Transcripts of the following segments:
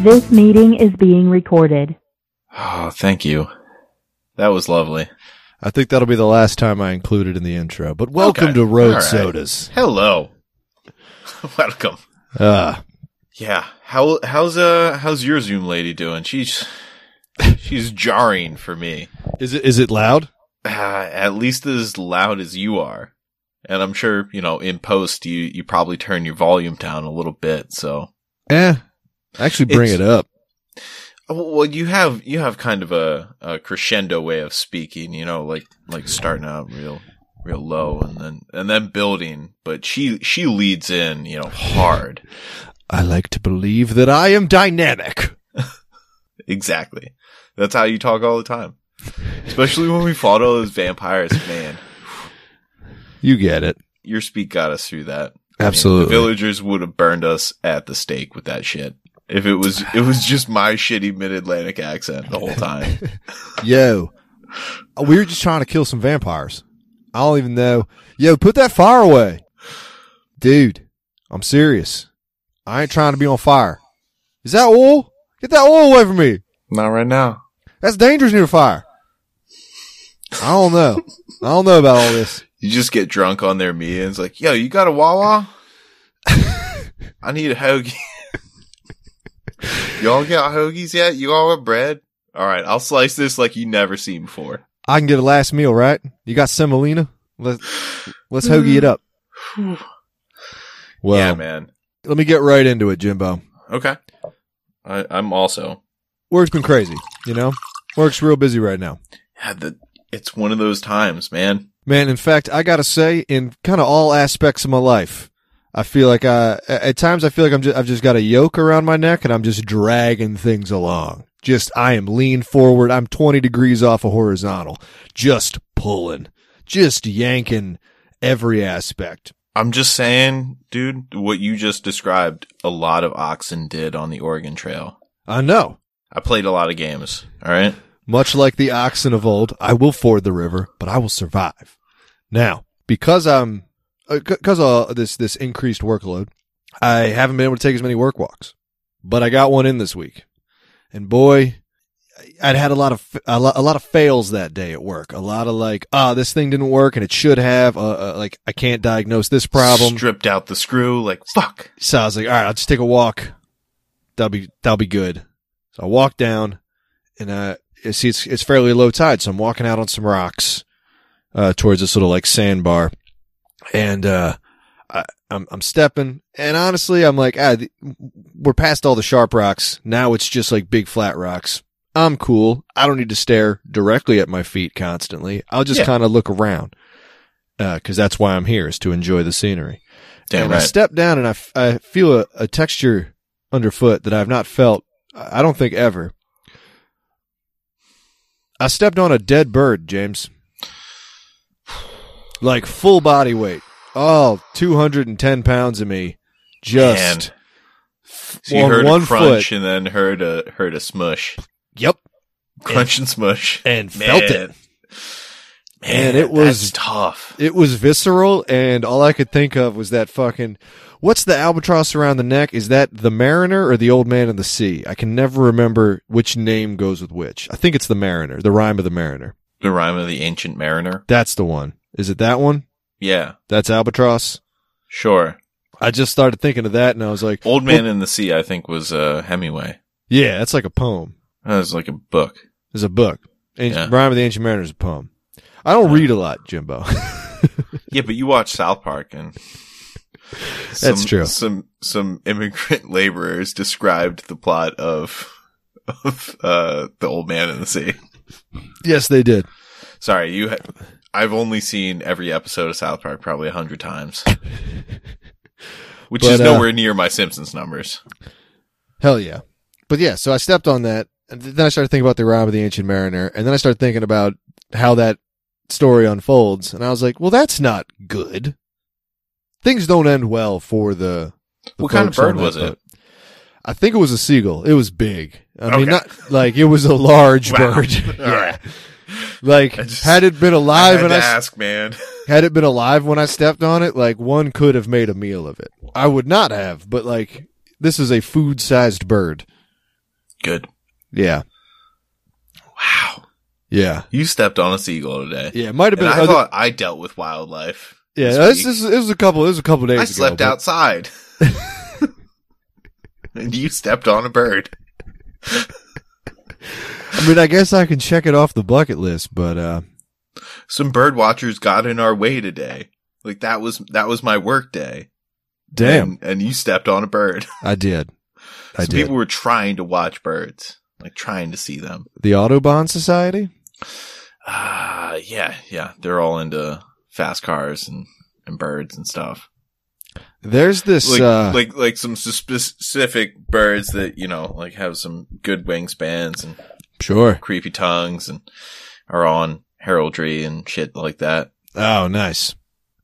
This meeting is being recorded. Oh, thank you. That was lovely. I think that'll be the last time I include it in the intro. But welcome Okay. to Road All right. Sodas. Hello. Welcome. Uh, Yeah. How how's uh how's your Zoom lady doing? She's she's jarring for me. is it is it loud? Uh, at least as loud as you are. And I'm sure, you know, in post you you probably turn your volume down a little bit, so Eh. Actually, bring It's- it up. well you have you have kind of a, a crescendo way of speaking, you know, like like starting out real real low and then and then building, but she she leads in, you know, hard. I like to believe that I am dynamic. Exactly. That's how you talk all the time. Especially when we fought all those vampires, man. You get it. Your speak got us through that. Absolutely. The villagers would have burned us at the stake with that shit. If it was it was just my shitty mid Atlantic accent the whole time. Yo, we were just trying to kill some vampires. I don't even know. Yo, put that fire away. Dude, I'm serious. I ain't trying to be on fire. Is that oil? Get that oil away from me. Not right now. That's dangerous near fire. I don't know. I don't know about all this. You just get drunk on their meat and it's like, yo, you got a Wawa? I need a hoagie. Y'all got hoagies yet? You all have bread? Alright, I'll slice this like you never seen before. I can get a last meal, right? You got semolina? Let's, let's hoagie it up. Well, yeah, man. let me get right into it, Jimbo. Okay. I, I'm also. Work's been crazy, you know? Work's real busy right now. Yeah, the, it's one of those times, man. Man, in fact, I gotta say, in kind of all aspects of my life, I feel like I, at times I feel like I'm just, I've just got a yoke around my neck and I'm just dragging things along. Just, I am lean forward. I'm 20 degrees off a horizontal. Just pulling. Just yanking every aspect. I'm just saying, dude, what you just described, a lot of oxen did on the Oregon Trail. I know. I played a lot of games, all right? Much like the oxen of old, I will ford the river, but I will survive. Now, because I'm, because of this, this increased workload, I haven't been able to take as many work walks, but I got one in this week. And boy, I'd had a lot of, a lot, a lot of fails that day at work. A lot of like, ah, this thing didn't work and it should have, uh, uh, like I can't diagnose this problem. Stripped out the screw, like, fuck. So I was like, all right, I'll just take a walk. That'll be that'll be good. So I walk down, and uh, you see, it's it's fairly low tide, so I'm walking out on some rocks, uh, towards this little like sandbar, and uh, I, I'm I'm stepping, and honestly, I'm like, ah, th- we're past all the sharp rocks. Now it's just like big flat rocks. I'm cool. I don't need to stare directly at my feet constantly. I'll just Yeah. kind of look around, because that's why I'm here is to enjoy the scenery Damn and I right. step down and I, f- I feel a, a texture underfoot that I've not felt, I I don't think ever. I stepped on a dead bird, James. Like full body weight. Oh, 210 pounds of me. Just. So you on heard one a crunch foot. and then heard a heard a smush. Yep. Crunch and smush. And felt it. Man, And it was- that's tough. It was visceral, and all I could think of was that fucking. What's the albatross around the neck? Is that the mariner or the old man of the sea? I can never remember which name goes with which. I think it's the mariner, the rhyme of the mariner. The rhyme of the ancient mariner. That's the one. Is it that one? Yeah, That's albatross. sure. I just started thinking of that, and I was like, Old Man in the Sea, I think, was uh, Hemingway. yeah, that's like a poem. That was like a book. It's a book. Ancient, Yeah. Rhyme of the Ancient Mariner is a poem. I don't read a lot, Jimbo. Yeah, but you watch South Park and some, true. Some some immigrant laborers described the plot of of uh, the Old Man in the Sea. yes, they did. Sorry, you. Ha- I've only seen every episode of South Park probably a hundred times, which But, is uh, nowhere near my Simpsons numbers. Hell yeah. But yeah, so I stepped on that. And th- then I started thinking about the rhyme of the ancient mariner. And then I started thinking about how that story unfolds. And I was like, well, that's not good. Things don't end well for the. the What kind of folks on bird that was it? boat. I think it was a seagull. It was big. I mean, Okay. not like it was a large Wow. bird. All Yeah. right. Like I just- had it been I alive had when to I s- ask, man. had it been alive when I stepped on it, like one could have made a meal of it. I would not have, but like this is a food-sized bird. Good. Yeah. Wow. Yeah. You stepped on a seagull today. Yeah. It might have And been. I other- thought I dealt with wildlife. yeah. this This, this, this was a couple. This was a couple days. I ago, slept but- outside. and you stepped on a bird. I mean, I guess I can check it off the bucket list, but uh, Some bird watchers got in our way today. Like that was that was my work day. damn, And, and you stepped on a bird. I did. I so did. Um, people were trying to watch birds, like trying to see them. the Autobahn Society. Ah, yeah, yeah. They're all into fast cars and, and birds and stuff. There's this. Like, uh, like, like some suspe- specific birds that, you know, like have some good wingspans and sure. creepy tongues and are on heraldry and shit like that. Oh, nice.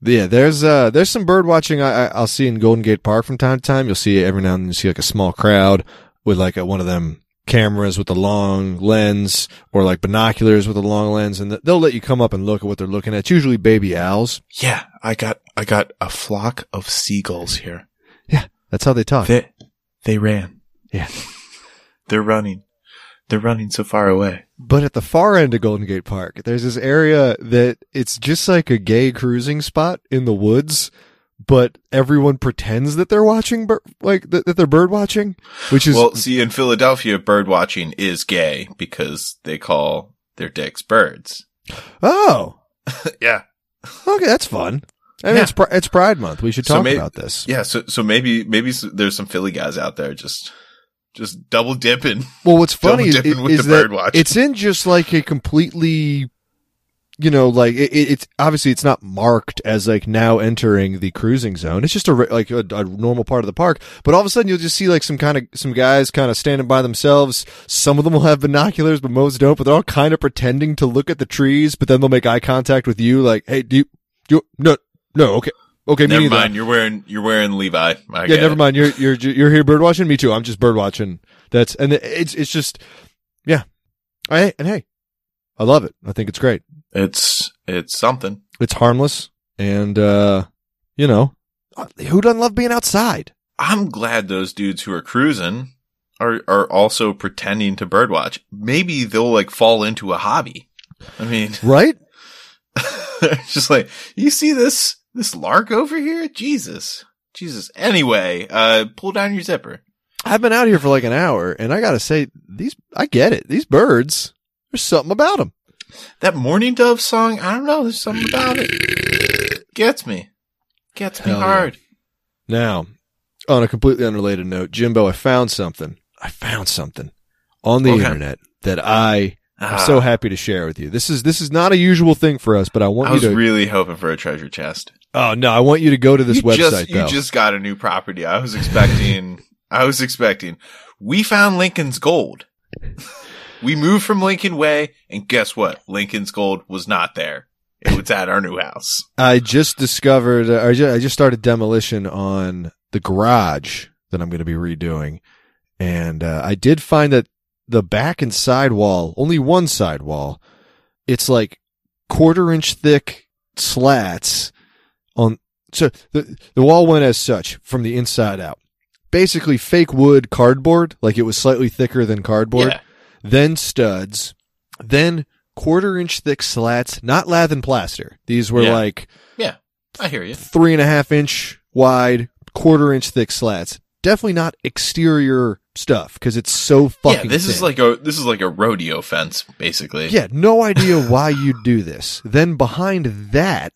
Yeah, there's uh, there's some bird watching. I, I I'll see in Golden Gate Park from time to time. You'll see every now and then you see like a small crowd with like a, one of them cameras with a long lens or like binoculars with a long lens, and they'll let you come up and look at what they're looking at. It's usually baby owls. Yeah, I got, I got a flock of seagulls here. That's how they talk. They, they ran. Yeah. They're running. They're running so far away. But at the far end of Golden Gate Park, there's this area that it's just like a gay cruising spot in the woods, but everyone pretends that they're watching, bir- like that, that they're bird watching, which is well, see, in Philadelphia, bird watching is gay because they call their dicks birds. oh, yeah. okay, that's fun. I mean, Yeah. it's pri- it's Pride Month. We should So talk may- about this. Yeah. So, so maybe, maybe s- there's some Philly guys out there just, just double dipping. Well, what's funny is, Double dipping with is the that bird watch. it's in just like a completely, you know, like it, it- it's obviously it's not marked as like now entering the cruising zone. It's just a re- like a, a normal part of the park. But all of a sudden, you'll just see like some kind of some guys kind of standing by themselves. Some of them will have binoculars, but most don't. But they're all kind of pretending to look at the trees, but then they'll make eye contact with you, like, "Hey, do you, do you, no, no, okay, okay, me Never neither." mind. You're wearing, you're wearing Levi. I yeah, get never it. mind. You're you're you're here bird watching. Me too. I'm just bird watching. That's and it's it's just yeah. I and hey, I love it. I think it's great. It's, it's something. It's harmless and uh you know who doesn't love being outside? I'm glad those dudes who are cruising are are also pretending to birdwatch. Maybe they'll like fall into a hobby. I mean, Right? just like you see this this lark over here, Jesus, Jesus. Anyway, uh, pull down your zipper. I've been out here for like an hour and I gotta say these I get it. These birds, there's something about them. That Morning Dove song, I don't know, there's something about it gets me, gets me Hell yeah. hard. Now, on a completely unrelated note, Jimbo, I found something. I found something on the Okay. internet that I I'm Ah, so happy to share with you. This is this is not a usual thing for us, but I want I you was to. really hoping for a treasure chest. oh no, I want you to go to this you website Just, though. you just got a new property. I was expecting. I was expecting. We found Lincoln's gold. we moved from Lincoln Way, and guess what? Lincoln's gold was not there. It was at our new house. I just discovered. uh, I just, I just started demolition on the garage that I'm going to be redoing, and uh, I did find that the back and side wall, only one side wall, it's like quarter inch thick slats on. So the the wall went as such from the inside out, basically fake wood cardboard, like it was slightly thicker than cardboard. Yeah. then studs, then quarter inch thick slats, not lath and plaster. These were Yeah. like I hear you. three and a half inch wide, quarter inch thick slats. Definitely not exterior stuff because it's so Yeah, fucking. this is thin. like a this is like a rodeo fence, basically. yeah, no idea why you do this. Then behind that,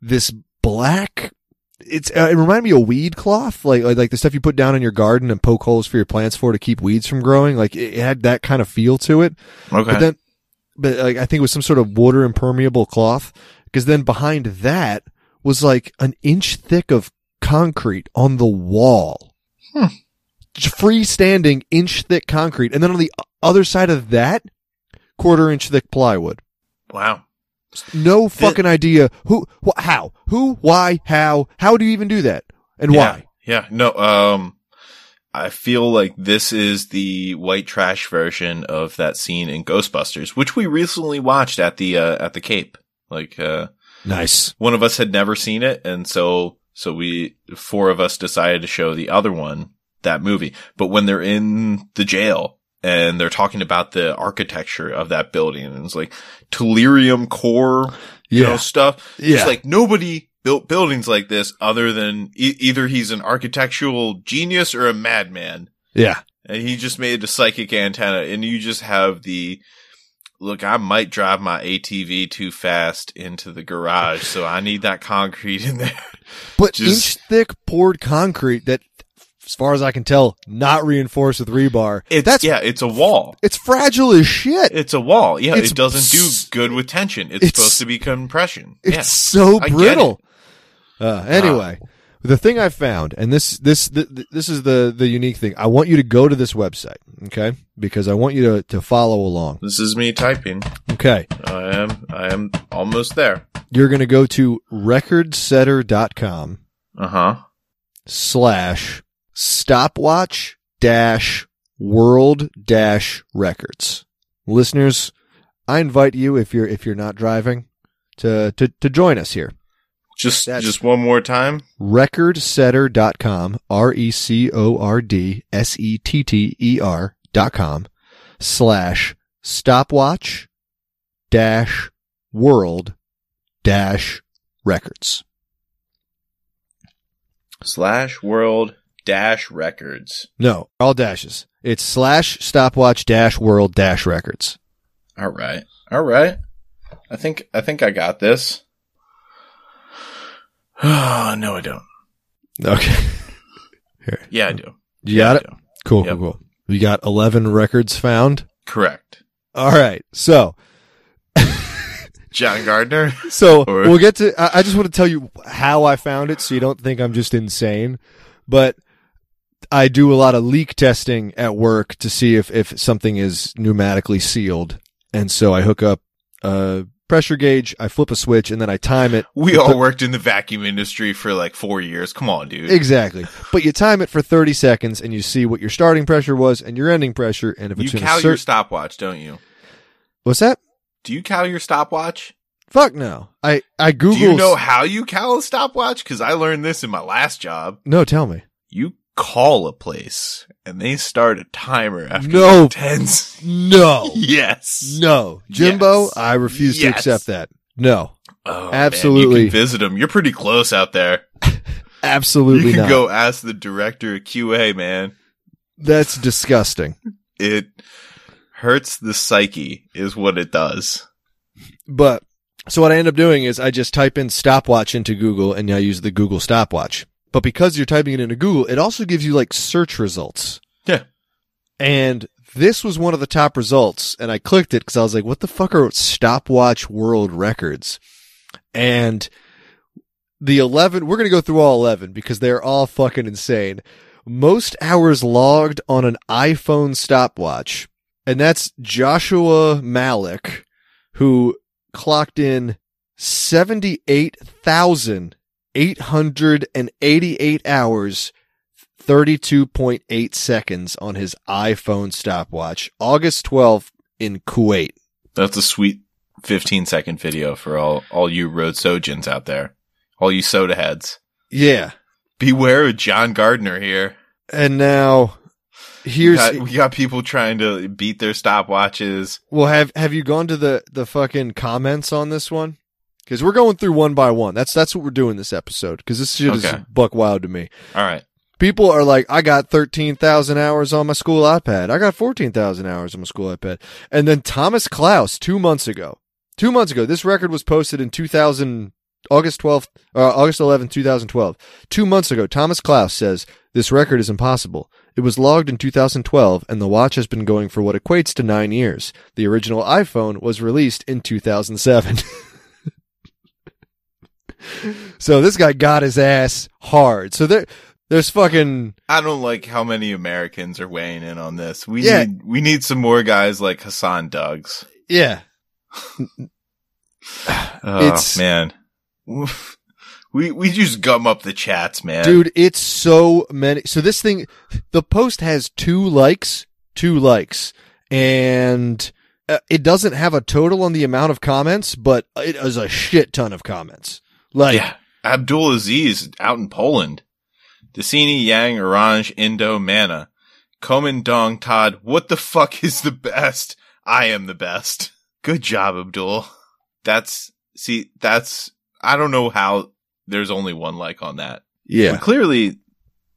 this black. It's uh, it reminded me of weed cloth, like, like like the stuff you put down in your garden and poke holes for your plants for to keep weeds from growing. Like it, it had that kind of feel to it. Okay. But then, but like I think it was some sort of water impermeable cloth. Because then behind that was like an inch thick of concrete on the wall, Hmm. Just freestanding inch thick concrete, and then on the o- other side of that, quarter inch thick plywood. wow. No fucking idea who, wh- how, who, why, how, how do you even do that, and Yeah. why? Yeah. No. Um. I feel like this is the white trash version of that scene in Ghostbusters, which we recently watched at the uh, at the Cape. Like, uh, Nice. one of us had never seen it and so so we four of us decided to show the other one that movie but when they're in the jail and they're talking about the architecture of that building and it's like Tellurium core, you know, stuff. yeah. It's like nobody built buildings like this other than e- either he's an architectural genius or a madman. yeah. And he just made a psychic antenna and you just have the look, I might drive my ATV too fast into the garage, so I need that concrete in there. But Just- inch thick poured concrete that, as far as I can tell, not reinforced with rebar. It's That's yeah, it's a wall. it's fragile as shit. It's a wall. Yeah, It's- it doesn't do good with tension. It's, It's- supposed to be compression. It's yeah. so I get brittle. Uh, anyway, the thing I found, and this this th- th- this is the the unique thing. I want you to go to this website, okay? Because I want you to to follow along. This is me typing. Okay, I am I am almost there. you're going to go to recordsetter.com Uh-huh. slash stopwatch dash world dash records. Listeners, I invite you if you're if you're not driving to to, to join us here. Just That's- just one more time. recordsetter.com r e c o r d s e t t e r dot com slash stopwatch dash world dash records Slash world dash records. no all dashes it's slash stopwatch dash world dash records All right. All right. I think I think I got this. Oh, no I don't. okay Yeah, I do. you got it I do. cool Yep. cool cool we got 11 records found Correct. all right so John Gardner. So Or- we'll get to. I, I just want to tell you how I found it, so you don't think I'm just insane. But I do a lot of leak testing at work to see if if something is pneumatically sealed, and so I hook up a pressure gauge, I flip a switch, and then I time it We all worked in the vacuum industry for like 4 years. Come on, dude. exactly. But you time it for 30 seconds, and you see what your starting pressure was and your ending pressure, and if you it's in a cow your certain stopwatch, don't you? what's that? Do you cow your stopwatch? Fuck no. I I Google. Do you know how you cow a stopwatch? Because I learned this in my last job. no, tell me. You call a place and they start a timer after No. like tens. No. Yes. Oh. No, Jimbo, Yes. I refuse Yes. to accept that. No, Oh, Man, Absolutely. you can visit them. You're pretty close out there. absolutely you can not. go ask the director of QA, man. That's disgusting. It hurts the psyche, is what it does. But so what I end up doing is I just type in stopwatch into Google and I use the Google stopwatch. But because you're typing it into Google, it also gives you like search results. Yeah. And this was one of the top results and I clicked it cuz I was like what the fuck are stopwatch world records? And the 11 we're going to go through all 11 because they're all fucking insane. Most hours logged on an iPhone stopwatch. And that's Joshua Malik who clocked in 78,888 hours, 32.8 seconds on his iPhone stopwatch, August 12th in Kuwait. That's a sweet 15 second video for all, all you road sojins out there, all you soda heads. Yeah. Beware of John Gardner here. And now here's we got, we got people trying to beat their stopwatches. well have have you gone to the the fucking comments on this one? Cuz we're going through one by one. That's that's what we're doing this episode cuz this shit is Okay. buck wild to me. All right. People are like, I got 13,000 hours on my school iPad. I got 14,000 hours on my school iPad. And then Thomas Klaus, two months ago, two months ago, this record was posted in 2000, August 12th, uh, August 11th, 2012. Two months ago, Thomas Klaus says, this record is impossible. It was logged in 2012 and the watch has been going for what equates to nine years. The original iPhone was released in 2007. so this guy got his ass hard. So there, there's fucking I don't like how many Americans are weighing in on this. We Yeah. need we need some more guys like Hassan Duggs. yeah. Oh It's- man. We we just gum up the chats, man. Dude, it's so many. So this thing, the post has two likes, two likes, and uh, it doesn't have a total on the amount of comments, but it is a shit ton of comments. Like, yeah. Abdul Aziz out in Poland. Decini Yang Orange Indo Mana. Komen Dong Todd, what the fuck is the best? I am the best. Good job, Abdul. That's, see, that's, I don't know how there's only one like on that. Yeah. But clearly,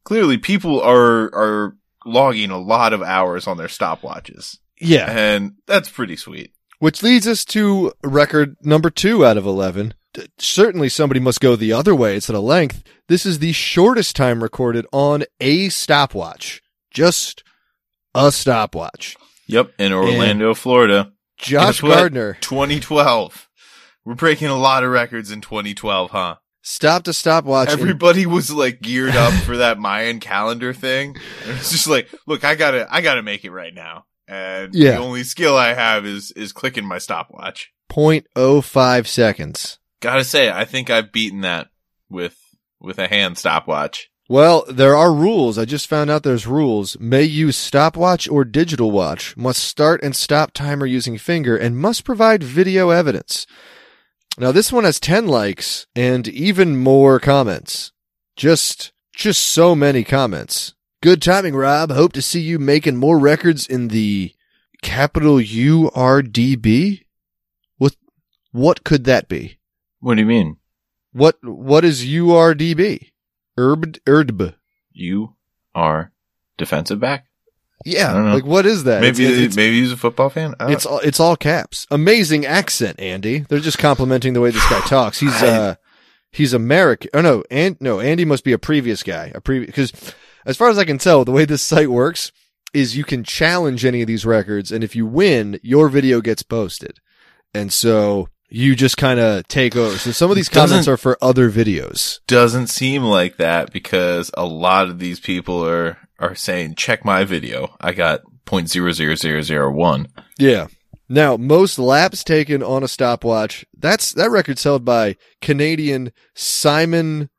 clearly people are, are logging a lot of hours on their stopwatches. Yeah. And that's pretty sweet. Which leads us to record number two out of 11. D- Certainly somebody must go the other way. It's at a length. This is the shortest time recorded on a stopwatch. Just a stopwatch. Yep. In Orlando, Florida, Josh Guess what? Gardner 2012. We're breaking a lot of records in 2012, huh? stopped a stopwatch. and- Everybody was like geared up for that Mayan calendar thing. And it's just like, look, I gotta, I gotta make it right now. And Yeah. the only skill I have is, is clicking my stopwatch. 0.05 seconds. Gotta say, I think I've beaten that with, with a hand stopwatch. Well, there are rules. I just found out there's rules. May use stopwatch or digital watch. Must start and stop timer using finger and must provide video evidence. Now this one has 10 likes and even more comments. Just just so many comments. Good timing, Rob. Hope to see you making more records in the capital U R D B. What what could that be? What do you mean? What what is URDB? Herb Erdb. You are defensive back? I don't Yeah, know. like what is that? maybe, it's, it's, maybe he's a football fan? I don't- it's all it's all caps. Amazing accent, Andy. They're just complimenting the way this guy talks. He's uh he's American. Oh no, and no, Andy must be a previous guy. A previous because as far as I can tell, the way this site works is you can challenge any of these records, and if you win, your video gets posted, and so you just kind of take over. So some of these comments Doesn't- are for other videos. doesn't seem like that because a lot of these people are are saying check my video i got 0.00001 Yeah. Now, most laps taken on a stopwatch. That's that record's held by Canadian Simon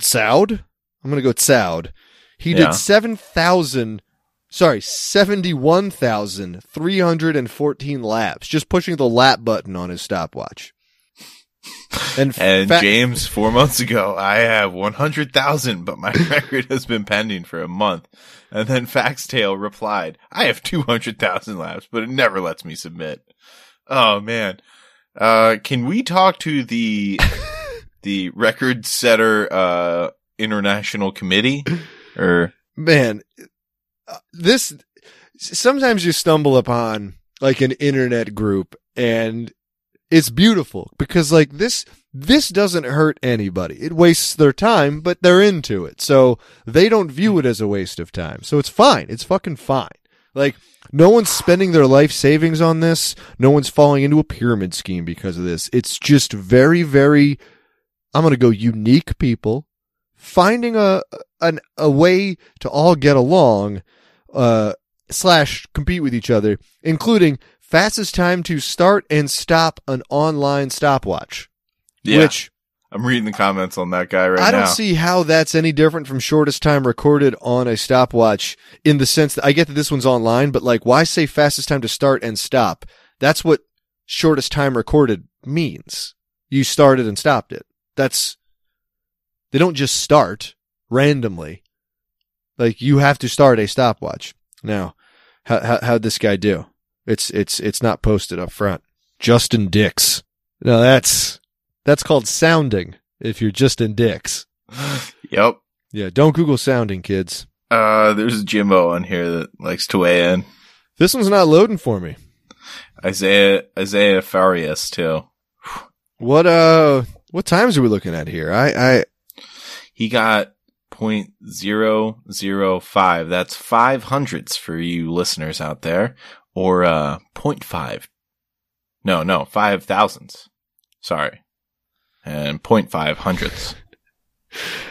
Soud. I'm gonna go Soud. He Yeah. did seven thousand, sorry, seventy-one thousand three hundred and fourteen laps, just pushing the lap button on his stopwatch. And, and fa- james four months ago i have 100000 but my record has been pending for a month and then faxtail replied i have 200000 laps but it never lets me submit oh man uh can we talk to the the record setter uh international committee or man, uh, this sometimes you stumble upon like an internet group and it's beautiful because like this this doesn't hurt anybody. It wastes their time, but they're into it. So they don't view it as a waste of time. So it's fine. It's fucking fine. Like no one's spending their life savings on this. No one's falling into a pyramid scheme because of this. It's just very very I'm going to go unique people finding a an a way to all get along uh slash compete with each other, including fastest time to start and stop an online stopwatch. Which I'm reading the comments on that guy right I don't now. see how that's any different from shortest time recorded on a stopwatch in the sense that I get that this one's online, but like why say fastest time to start and stop? That's what shortest time recorded means. You started and stopped it. That's they don't just start randomly. Like you have to start a stopwatch. Now, how how how'd this guy do? It's it's it's not posted up front. Justin Dix. No, that's that's called sounding if you're Justin Dix. yep. Yeah, don't Google sounding, kids. Uh, there's a Jimbo on here that likes to weigh in. This one's not loading for me. Isaiah, Isaiah Farias too. What uh what times are we looking at here? I I He got point zero zero five. That's five hundredths for you listeners out there, or uh, point five. No, no, five thousandths. Sorry, and point five hundredths.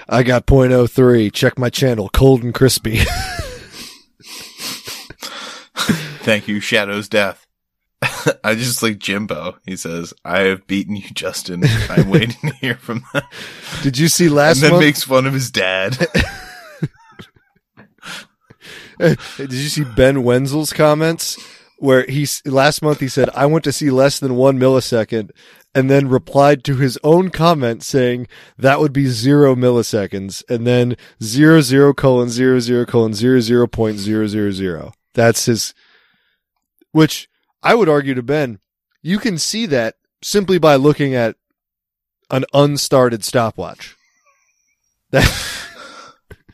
I got .03. Check my channel, cold and crispy. Thank you, Shadow's death. I just like Jimbo. He says, "I have beaten you, Justin. I'm waiting to hear from them." Did you see last and then month? makes fun of his dad. Did you see Ben Wenzel's comments? where he's last month he said I want to see less than one millisecond, and then replied to his own comment saying that would be zero milliseconds, and then zero zero colon zero zero colon zero zero point zero zero zero. That's his. Which I would argue to Ben, you can see that simply by looking at an unstarted stopwatch. That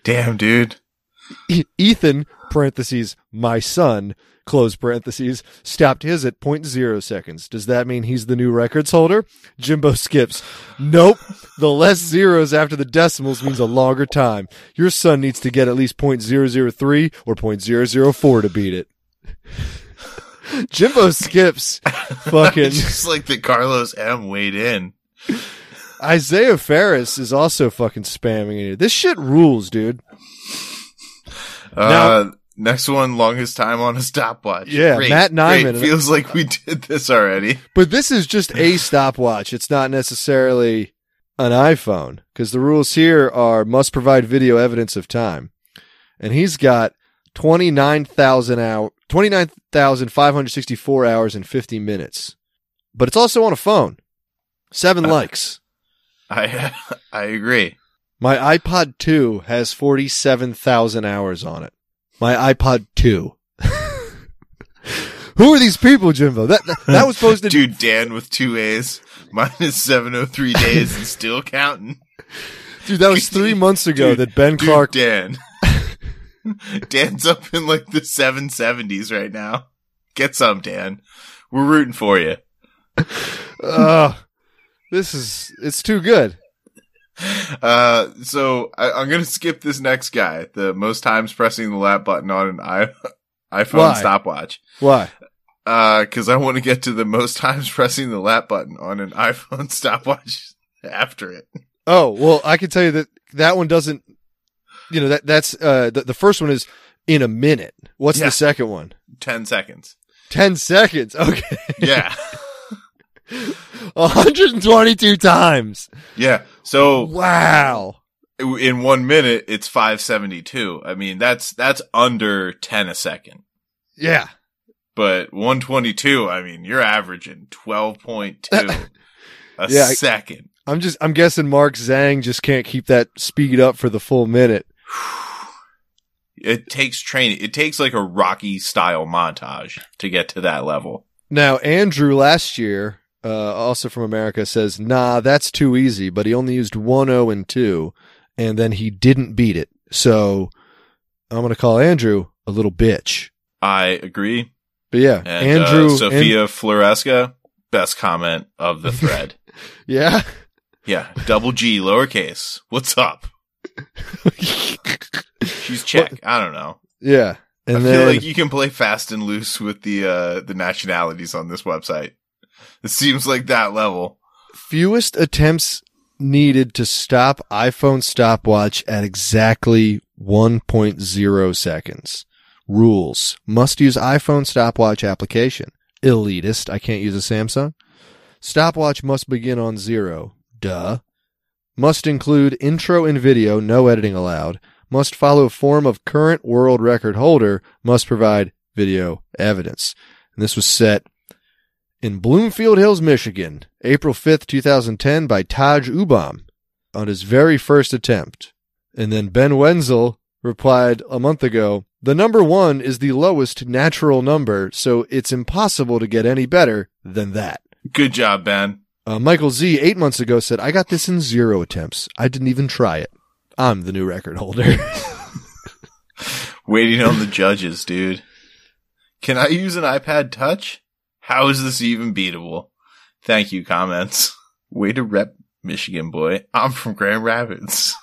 Damn, dude. Ethan parentheses my son close parentheses stopped his at 0.0 seconds. Does that mean he's the new records holder? Jimbo skips. Nope. The less zeros after the decimals means a longer time. Your son needs to get at least 0.003 or 0.004 to beat it. Jimbo skips. Fucking just like the Carlos M weighed in. Isaiah Ferris is also fucking spamming it. This shit rules, dude. Uh, next one, longest time on a stopwatch. Yeah, Great, Matt great. Nyman. Feels like we did this already. But this is just a stopwatch. It's not necessarily an iPhone because the rules here are must provide video evidence of time. And he's got 29,000 hour 29,564 hours and 50 minutes. But it's also on a phone. 7 Uh. likes. I I agree. My iPod 2 has 47,000 hours on it. My iPod 2. Who are these people, Jimbo? That that, that was posted Dude, Dan with two A's. Mine is 703 days and still counting. Dude, that was three months ago Dude, that Ben Dude, Clark. Dan. Dan's up in like the 770s right now. Get some, Dan. We're rooting for you. Ugh. this is it's too good. Uh, so I, I'm gonna skip this next guy, the most times pressing the lap button on an I, iPhone Why? stopwatch. Why? Uh, cause I want to get to the most times pressing the lap button on an iPhone stopwatch after it. Oh well, I can tell you that that one doesn't. You know that that's uh the, the first one is in a minute. What's Yeah. the second one? 10 seconds. Ten seconds. Okay, Yeah. one hundred and twenty-two times. yeah. So Wow. in one minute, it's 572. I mean, that's, that's under 10 a second, Yeah. but 122, I mean, you're averaging 12.2 a Yeah, I- second. I'm just I'm guessing Mark Zhang just can't keep that speed up for the full minute. It takes training. It takes like a Rocky style montage to get to that level. Now, Andrew last year, uh, also from America, says, nah, that's too easy, but he only used 1 0 and 2, and then he didn't beat it. So I'm going to call Andrew a little bitch. I agree. But yeah, And Andrew. uh, Sophia Floresca, best comment of the thread. An- yeah. yeah, double G, lowercase. What's up? She's Czech. I don't know. yeah. And I then, feel like you can play fast and loose with the uh, the nationalities on this website. It seems like that level. fewest attempts needed to stop iPhone stopwatch at exactly 1.0 seconds. Rules. Must use iPhone stopwatch application. Elitist. I can't use a Samsung. Stopwatch must begin on zero. Duh. Must include intro and video, no editing allowed. Must follow form of current world record holder. Must provide video evidence. And this was set in Bloomfield Hills, Michigan, April 5th, 2010, by Taj Ubam on his very first attempt. And then Ben Wenzel replied a month ago The number one is the lowest natural number, so it's impossible to get any better than that. Good job, Ben. Uh, Michael Z, eight months ago, said, I got this in zero attempts. I didn't even try it. I'm the new record holder. Waiting on the judges, dude. Can I use an iPad Touch? How is this even beatable? Thank you, comments. Way to rep Michigan boy. I'm from Grand Rapids.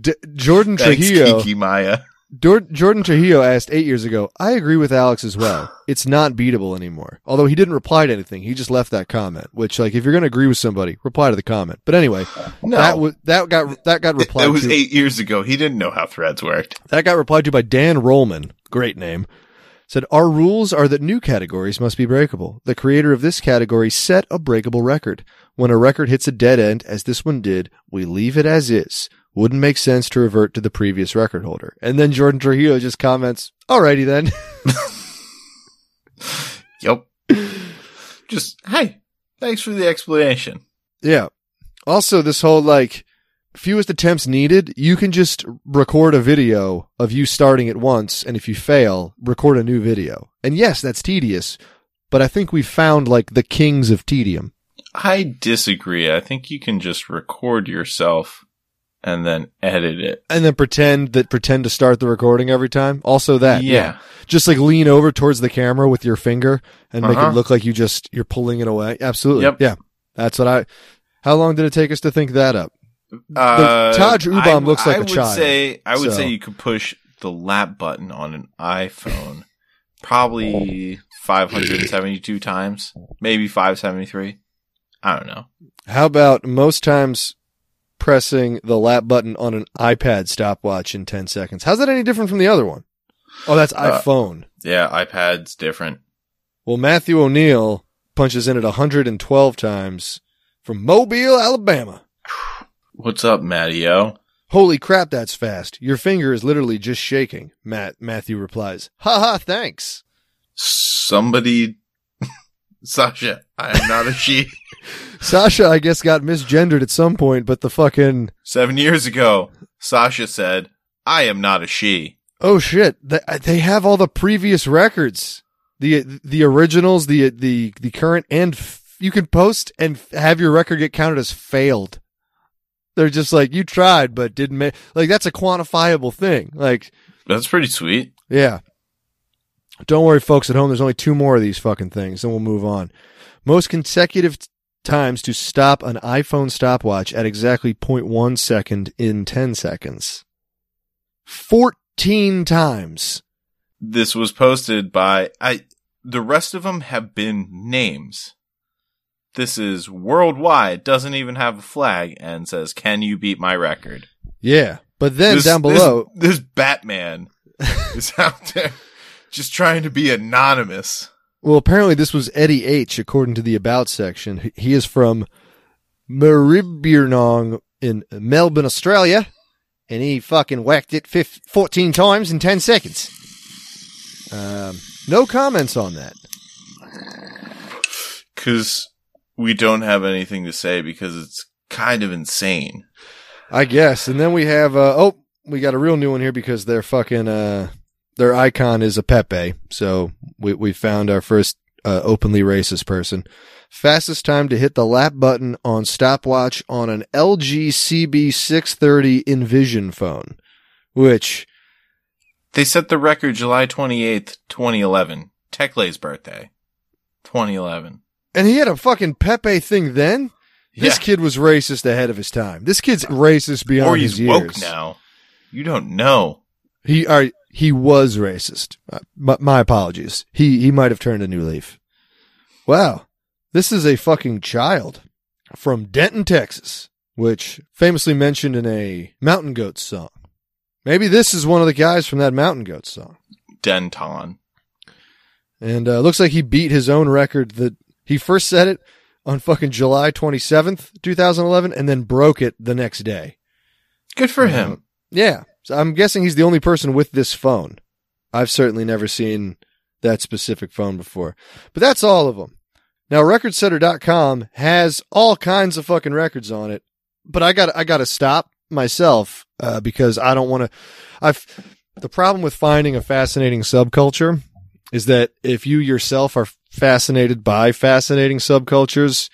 D- Jordan Thanks, Trujillo. Kiki Maya. Dor- Jordan Trujillo asked eight years ago, I agree with Alex as well. It's not beatable anymore. Although he didn't reply to anything. He just left that comment, which like, if you're going to agree with somebody, reply to the comment. But anyway, No, that was, that got, that got it, replied was to. eight years ago. He didn't know how threads worked. That got replied to by Dan Rollman. Great name. Said, Our rules are that new categories must be breakable. The creator of this category set a breakable record. When a record hits a dead end, as this one did, we leave it as is. Wouldn't make sense to revert to the previous record holder. And then Jordan Trujillo just comments, Alrighty then. Yep. Just hey, thanks for the explanation. Yeah. Also, this whole like fewest attempts needed, you can just record a video of you starting at once, and if you fail, record a new video. And yes, that's tedious, but I think we found like the kings of tedium. I disagree. I think you can just record yourself and then edit it. And then pretend that pretend to start the recording every time. Also that. yeah. Just like lean over towards the camera with your finger and make Uh-huh. it look like you just you're pulling it away. Absolutely. Yep. Yeah. That's what I How long did it take us to think that up? Uh, Taj Uban I- looks like I a would child, Say, I would so- say you could push the lap button on an iPhone probably 572 times, maybe 573. I don't know. How about most times pressing the lap button on an iPad stopwatch in 10 seconds? How's that any different from the other one? Oh, that's Uh, iPhone. Yeah, iPad's different. Well, Matthew O'Neill punches in at 112 times from Mobile, Alabama. What's up, Mattio? Holy crap, that's fast. Your finger is literally just shaking. Matt Matthew replies, "Ha ha, thanks." Somebody, Sasha, I am not a she. Sasha, I guess, got misgendered at some point, but the fucking Seven years ago, Sasha said, I am not a she. Oh shit! Th- They have all the previous records, the the originals, the the the current, and f- you can post and f- have your record get counted as failed. They're just like you tried but didn't make. Like that's a quantifiable thing. Like That's pretty sweet. yeah. Don't worry, folks at home. There's only two more of these fucking things, and we'll move on. Most consecutive t- times to stop an iPhone stopwatch at exactly 0.1 second in 10 seconds. 14 times. This was posted by I the rest of them have been names. This is worldwide, doesn't even have a flag and says, "Can you beat my record?" Yeah. But then This- down below, this, this Batman is out there just trying to be anonymous. well, apparently this was Eddie H, according to the About section. H- He is from Maribyrnong in Melbourne, Australia, and he fucking whacked it fif 14 times in 10 seconds. Um, no comments on that. Cuz we don't have anything to say because it's kind of insane. I guess. And then we have uh, oh, we got a real new one here because their fucking uh their icon is a Pepe. So we we found our first uh, openly racist person. Fastest time to hit the lap button on stopwatch on an LG CB630 Envision phone, which They set the record July 28th, 2011, Tekle's birthday. 2011. and he had a fucking Pepe thing then. This Yeah. kid was racist ahead of his time. This kid's racist beyond or his he's years. woke now. You don't know. He all right, he was racist. Uh, My, my apologies. He he might have turned a new leaf. Wow. This is a fucking child from Denton, Texas, which famously mentioned in a Mountain Goats song. Maybe this is one of the guys from that Mountain Goats song. Denton. And uh, looks like he beat his own record that he first set it on fucking July 27th, 2011 and then broke it the next day. Good for him. Yeah. So I'm guessing he's the only person with this phone. I've certainly never seen that specific phone before. But that's all of them. Now recordsetter.com has all kinds of fucking records on it, but I got I got to stop myself uh, because I don't want to I've the problem with finding a fascinating subculture is that if you yourself are fascinated by fascinating subcultures,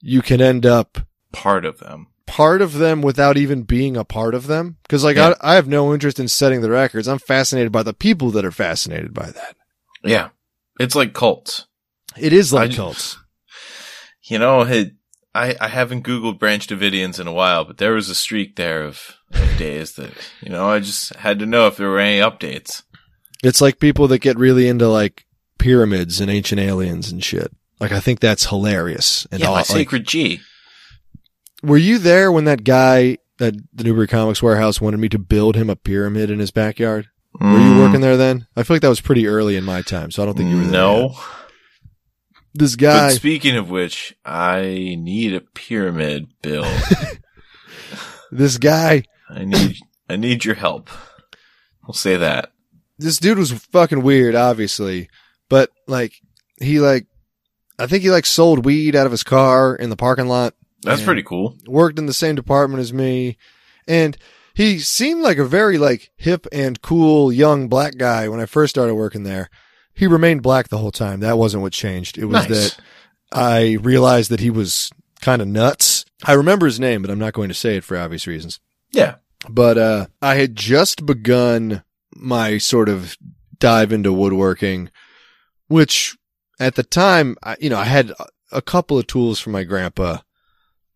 you can end up Part of them. part of them without even being a part of them. Cause like Yeah. I, I have no interest in setting the records. I'm fascinated by the people that are fascinated by that. Yeah. It's like cults. It is I- like cults. You know, it, I, I haven't Googled Branch Davidians in a while, but there was a streak there of, of days that, you know, I just had to know if there were any updates. It's like people that get really into like pyramids and ancient aliens and shit. Like I think that's hilarious. And yeah, all, my like- sacred G. were you there when that guy that the Newbury Comics warehouse wanted me to build him a pyramid in his backyard? Were Mm. you working there then? I feel like that was pretty early in my time, so I don't think you were there. No. yet. This But guy speaking of which, I need a pyramid build. this guy I need I need your help. We'll say that. this dude was fucking weird, obviously, But like he like I think he like sold weed out of his car in the parking lot, That's Yeah. pretty cool. worked in the same department as me, and he seemed like a very like hip and cool young black guy when I first started working there. He remained black the whole time. That wasn't what changed. It Nice. was that I realized that he was kind of nuts. I remember his name, but I'm not going to say it for obvious reasons. Yeah. But uh, I had just begun my sort of dive into woodworking, which at the time, I, you know, I had a- a couple of tools from my grandpa.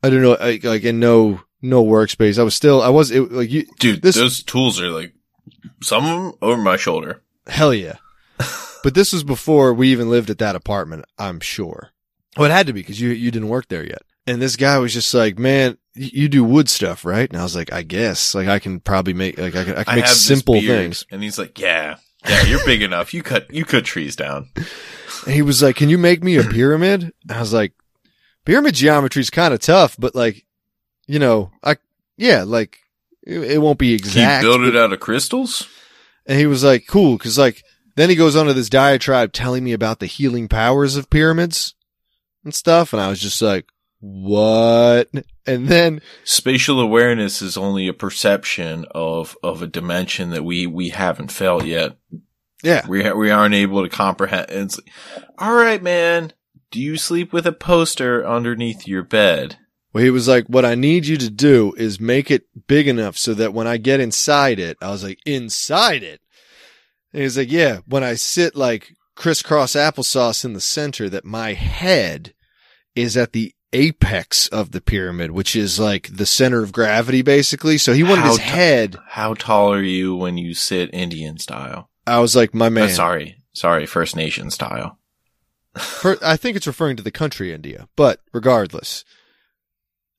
I don't know, like, like in no no workspace. I was still, I was it, like, you, Dude, This- those tools are like some of them over my shoulder. Hell yeah. but this was before we even lived at that apartment, I'm sure. Well, it had to be because you, you didn't work there yet. And this guy was just like, man, y- you do wood stuff, right? And I was like, I guess like I can probably make, like I can, I can make have this simple beard. things. And he's like, Yeah, yeah, you're big enough. You cut you cut trees down. And he was like, can you make me a pyramid? And I was like, pyramid geometry is kind of tough, but like, you know, I, yeah, like it, it won't be exact. He built but- it out of crystals? And he was like, cool. Cause like, then he goes on to this diatribe telling me about the healing powers of pyramids and stuff. And I was just like, what? And then, Spatial awareness is only a perception of of a dimension that we we haven't felt yet. yeah, We ha- we aren't able to comprehend. It's like, all right, man. Do you sleep with a poster underneath your bed? well, he was like, what I need you to do is make it big enough so that when I get inside it, I was like, inside it. And he was like, yeah, when I sit like crisscross applesauce in the center, that my head is at the apex of the pyramid, which is like the center of gravity, basically. So he wanted How his t- head. How tall are you when you sit Indian style? I was like, my Uh, man. sorry, sorry, First Nation style. Fir- I think it's referring to the country India, but regardless,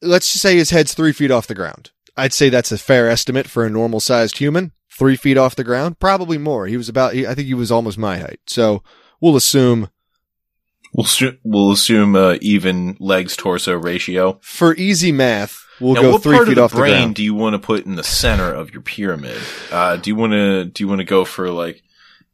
let's just say his head's three feet off the ground. I'd say that's a fair estimate for a normal sized human. Three feet off the ground, probably more. He was about, he- I think he was almost my height. So we'll assume We'll su- we'll assume uh, even legs torso ratio. for easy math, we'll now, go what three part feet of the off brain the ground. do you want to put in the center of your pyramid? Uh, do you want to do you want to go for like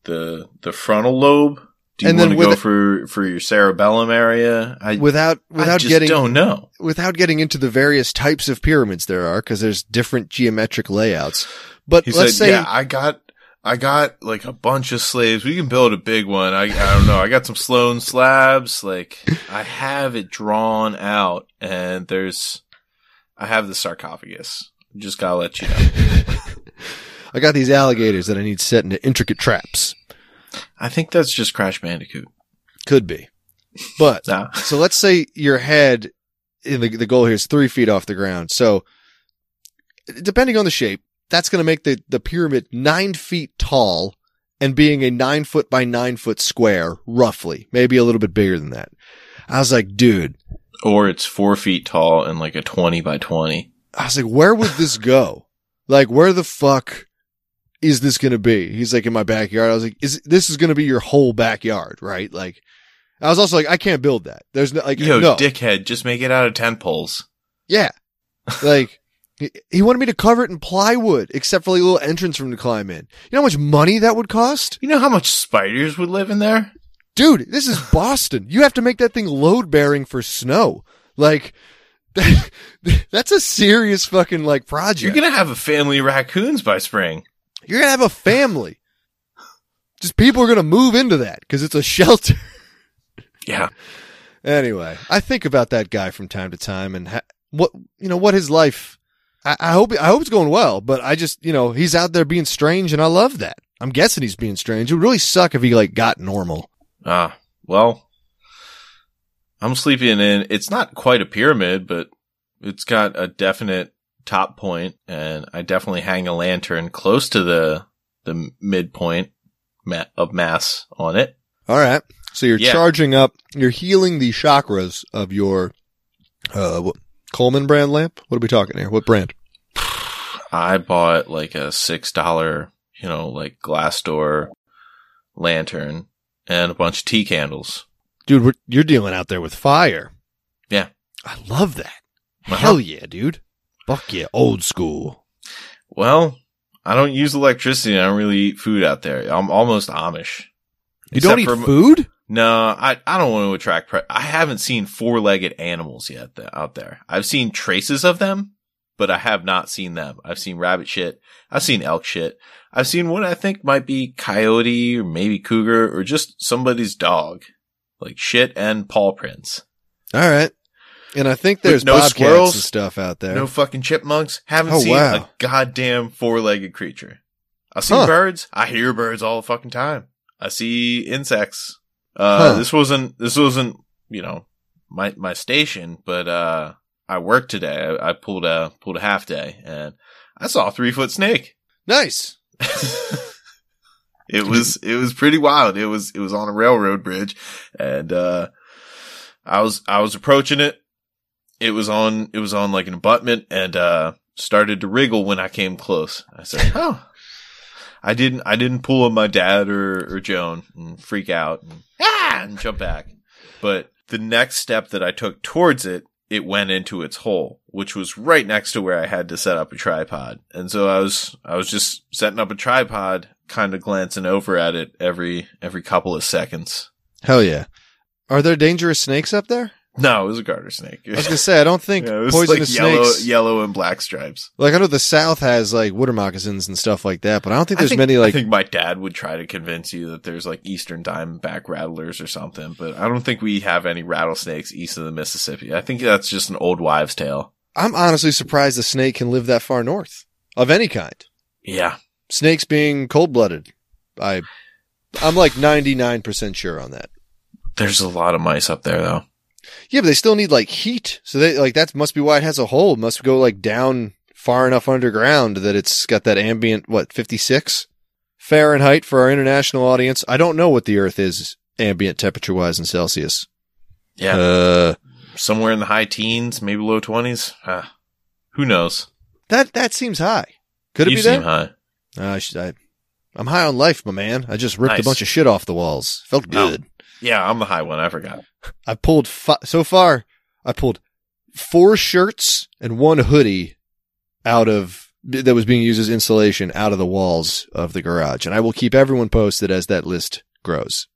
the the frontal lobe? Do you want And then to with go it- for for your cerebellum area? I Without, I without just getting, don't know. without getting into the various types of pyramids there are, because there's different geometric layouts. But He let's said, say, "Yeah, I got." I got like a bunch of slaves. We can build a big one. I, I don't know. I got some Sloan slabs. Like I have it drawn out, and there's, I have the sarcophagus. Just gotta let you know. I got these alligators that I need set into intricate traps. I think that's just Crash Bandicoot. Could be. But Nah. so let's say your head in the, the goal here is three feet off the ground. So depending on the shape, that's going to make the, the pyramid nine feet tall and being a nine foot by nine foot square, roughly, maybe a little bit bigger than that. I was like, dude, Or it's four feet tall and like a 20 by 20. I was like, where would this go? Like, where the fuck is this going to be? He's like, in my backyard. I was like, is this is going to be your whole backyard, right? Like, I was also like, I can't build that. There's no, like, Yo, no. dickhead, just make it out of tent poles. Yeah. Like he, he wanted me to cover it in plywood, except for like a little entrance for him to climb in. You know how much money that would cost? You know how much spiders would live in there? Dude, this is Boston. You have to make that thing load bearing for snow. Like that's a serious fucking like project. You're gonna have a family of raccoons by spring. You're gonna have a family. Just people are gonna move into that because it's a shelter. Yeah. Anyway, I think about that guy from time to time and ha- what you know what his life. I, I hope I hope it's going well, but I just you know he's out there being strange, and I love that. I'm guessing he's being strange. It would really suck if he like got normal. Ah, well, I'm sleeping in. It's not quite a pyramid, but it's got a definite top point, and I definitely hang a lantern close to the the midpoint ma- of mass on it. All right, so you're Yeah. charging up, you're healing the chakras of your uh what, Coleman brand lamp. What are we talking here? What brand? I bought like a six dollar, you know, like glass door lantern and a bunch of tea candles. Dude, we're, you're dealing out there with fire. Yeah. I love that. Uh-huh. Hell yeah, dude. Fuck yeah, old school. Well, I don't use electricity. and I don't really eat food out there. I'm almost Amish. You don't Except eat for- food? No, I, I don't want to attract. Pre- I haven't seen four legged animals yet th- out there. I've seen traces of them, but I have not seen them. I've seen rabbit shit. I've seen elk shit. I've seen what I think might be coyote or maybe cougar or just somebody's dog, like shit and paw prints. All right. And I think With there's no bobcats squirrels? and stuff out there. No fucking chipmunks. Haven't Oh, seen wow. a goddamn four legged creature. I see Huh. birds. I hear birds all the fucking time. I see insects. Uh, Huh. this wasn't, this wasn't, you know, my, my station, but, uh, I worked today. I, I pulled a, pulled a half day and I saw a three foot snake. nice. it was it was pretty wild. It was it was on a railroad bridge, and uh, I was I was approaching it. It was on it was on like an abutment, and uh, started to wriggle when I came close. I said, "Oh, I didn't I didn't pull on my dad or or Joan and freak out and ah and jump back." But the next step that I took towards it, it went into its hole, which was right next to where I had to set up a tripod. And so I was, I was just setting up a tripod, kind of glancing over at it every, every couple of seconds. Hell yeah. Are there dangerous snakes up there? No, it was a garter snake. I was gonna say I don't think Yeah, it was poisonous like yellow, snakes. yellow and black stripes. Like I know the South has like water moccasins and stuff like that, but I don't think there's I think, many like I think my dad would try to convince you that there's like Eastern Diamondback rattlers or something, but I don't think we have any rattlesnakes east of the Mississippi. I think that's just an old wives' tale. I'm honestly surprised a snake can live that far north of any kind. Yeah, Snakes being cold blooded. I I'm like ninety nine percent sure on that. there's a lot of mice up there though. Yeah, but they still need like heat. So they like that must be why it has a hole. It must go like down far enough underground that it's got that ambient what, fifty six? Fahrenheit for our international audience. I don't know what the earth is ambient temperature wise in Celsius. Yeah, Uh somewhere in the high teens, maybe low twenties. Ah, who knows? That that seems high. Could it you be seem that? high. Uh, I should, I, I'm high on life, my man. I just ripped Nice. a bunch of shit off the walls. Felt No. good. Yeah, I'm the high one. I forgot. I pulled fi- so far. I pulled four shirts and one hoodie out of that was being used as insulation out of the walls of the garage, and I will keep everyone posted as that list grows.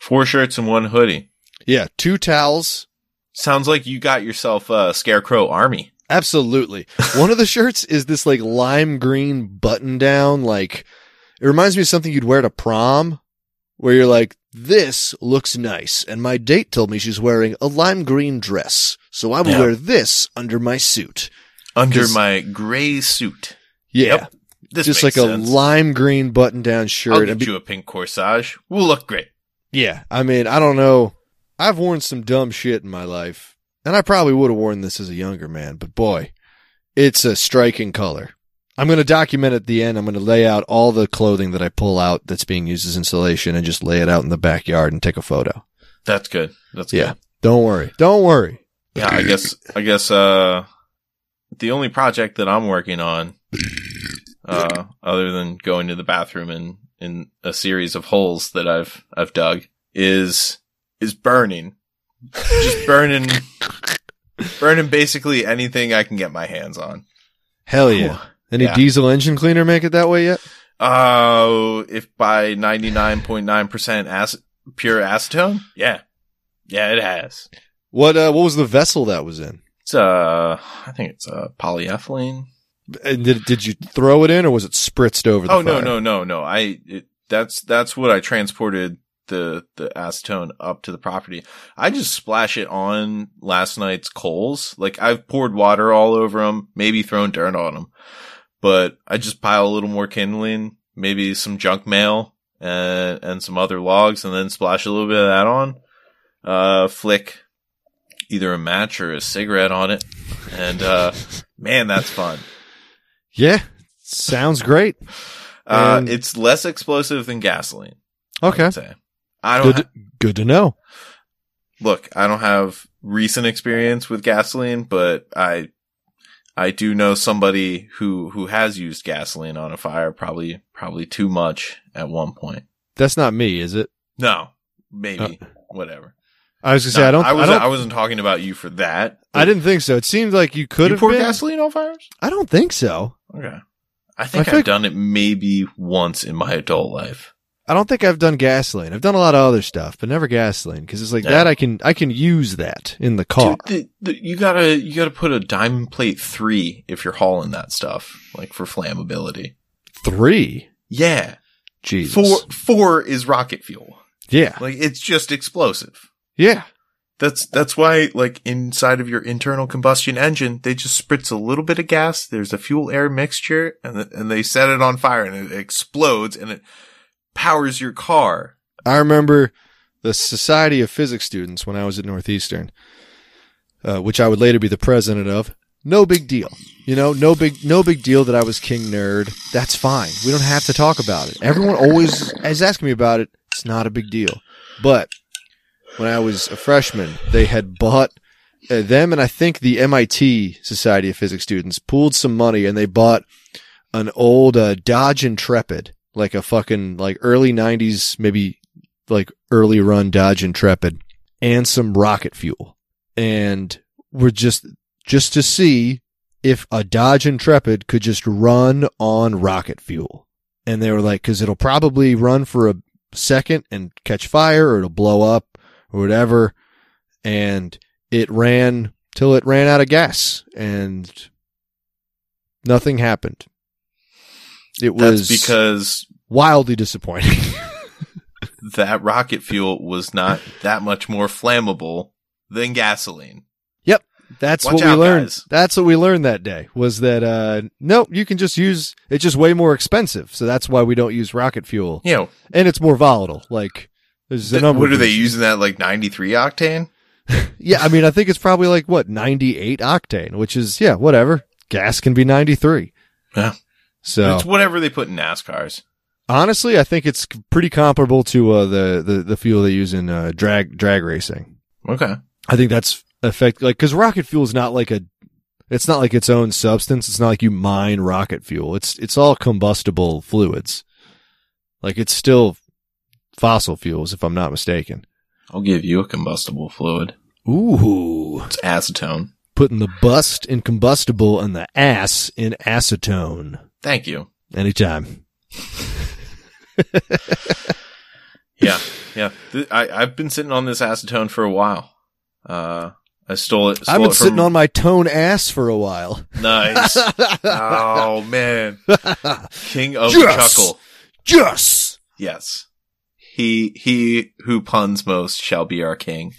Four shirts and one hoodie. Yeah, two towels. Sounds like you got yourself a scarecrow army. Absolutely. One of the shirts is this like lime green button down. Like it reminds me of something you'd wear to prom where you're like, this looks nice. And my date told me she's wearing a lime green dress. So I will Yeah. wear this under my suit. under Just- my gray suit. Yeah. Yep. This Just like makes a sense. lime green button down I'll shirt. get And be- you a pink corsage. We'll look great. yeah. I mean, I don't know. I've worn some dumb shit in my life and I probably would have worn this as a younger man, but boy, it's a striking color. I'm going to document at the end. I'm going to lay out all the clothing that I pull out that's being used as insulation and just lay it out in the backyard and take a photo. That's good. That's Yeah. good. Don't worry. Don't worry. Yeah, I guess I guess uh the only project that I'm working on uh other than going to the bathroom in in a series of holes that I've I've dug is is burning. Just burning burning basically anything I can get my hands on. Hell Oh, yeah. Any Yeah. diesel engine cleaner make it that way yet? Oh, if by 99.9% ac- pure acetone? Yeah. Yeah, it has. What, uh, what was the vessel that was in? It's uh I think it's uh polyethylene. And did, did you throw it in or was it spritzed over the Oh no, fire? no, no, no. I it, that's that's what I transported the the acetone up to the property. I just splash it on last night's coals. Like I've poured water all over them, maybe thrown dirt on them, but I just pile a little more kindling, maybe some junk mail and and some other logs, and then splash a little bit of that on. Uh, flick either a match or a cigarette on it, and uh, man, that's fun. Yeah. Sounds great. Uh, And- it's less explosive than gasoline. I Okay. would say. I don't Good, ha- good to know. look. I don't have recent experience with gasoline, but I I do know somebody who who has used gasoline on a fire, probably probably too much at one point. That's not me, is it? No, maybe whatever. I was gonna say No, Uh, I don't. I, wasn't. don't- I wasn't talking about you for that. I didn't think so. It seemed like you could you have pour been. gasoline on fires? I don't think so. Okay. I think I I've think- done it maybe once in my adult life. I don't think I've done gasoline. I've done a lot of other stuff, but never gasoline because it's like Yeah. that. I can I can use that in the car. Dude, the, the, you gotta you gotta put a diamond plate three if you're hauling that stuff, like for flammability. Three, Yeah, Jesus, four four is rocket fuel. yeah, Like it's just explosive. yeah. That's that's why like inside of your internal combustion engine, they just spritz a little bit of gas. There's a fuel air mixture, and th- and they set it on fire, and it explodes, and it powers your car. I remember the Society of Physics students when I was at Northeastern, uh, which I would later be the president of. No big deal, you know. No big, no big deal that I was king nerd. That's fine. We don't have to talk about it. Everyone always is asking me about it. It's not a big deal. But when I was a freshman, they had bought uh, them and I think the MIT Society of Physics students pooled some money and they bought an old uh, Dodge Intrepid, like a fucking like early '90s, maybe like early run Dodge Intrepid, and some rocket fuel, and we're just just to see if a Dodge Intrepid could just run on rocket fuel, and they were like, because it'll probably run for a second and catch fire, or it'll blow up, or whatever, and it ran till it ran out of gas, and nothing happened. It was That's because wildly disappointing. that rocket fuel was not that much more flammable than gasoline. That's Watch what we out, learned. guys. That's what we learned that day was that uh nope, you can just use it's just way more expensive. So that's why we don't use rocket fuel. You know, And it's more volatile. Like there's a th- number what are of they reasons. using that like 93 octane? Yeah, I mean I think it's probably like what, ninety eight octane, which is yeah, whatever. Gas can be ninety three. Yeah. So It's whatever they put in NASCARs. honestly I think it's c- pretty comparable to uh the, the, the fuel they use in uh drag drag racing. Okay. I think that's effect like because rocket fuel is not like a, it's not like its own substance. It's not like you mine rocket fuel. It's it's all combustible fluids. Like it's still fossil fuels, if I'm not mistaken. I'll give you a combustible fluid. Ooh, It's acetone. putting the bust in combustible and the ass in acetone. Thank you. Anytime. Yeah. Yeah. Th- I, I've been sitting on this acetone for a while. Uh, I stole it. Stole I've been it from- sitting on my tone ass for a while. Nice. oh, man. King of Yes! chuckle. Yes. Yes. He, he who puns most shall be our king.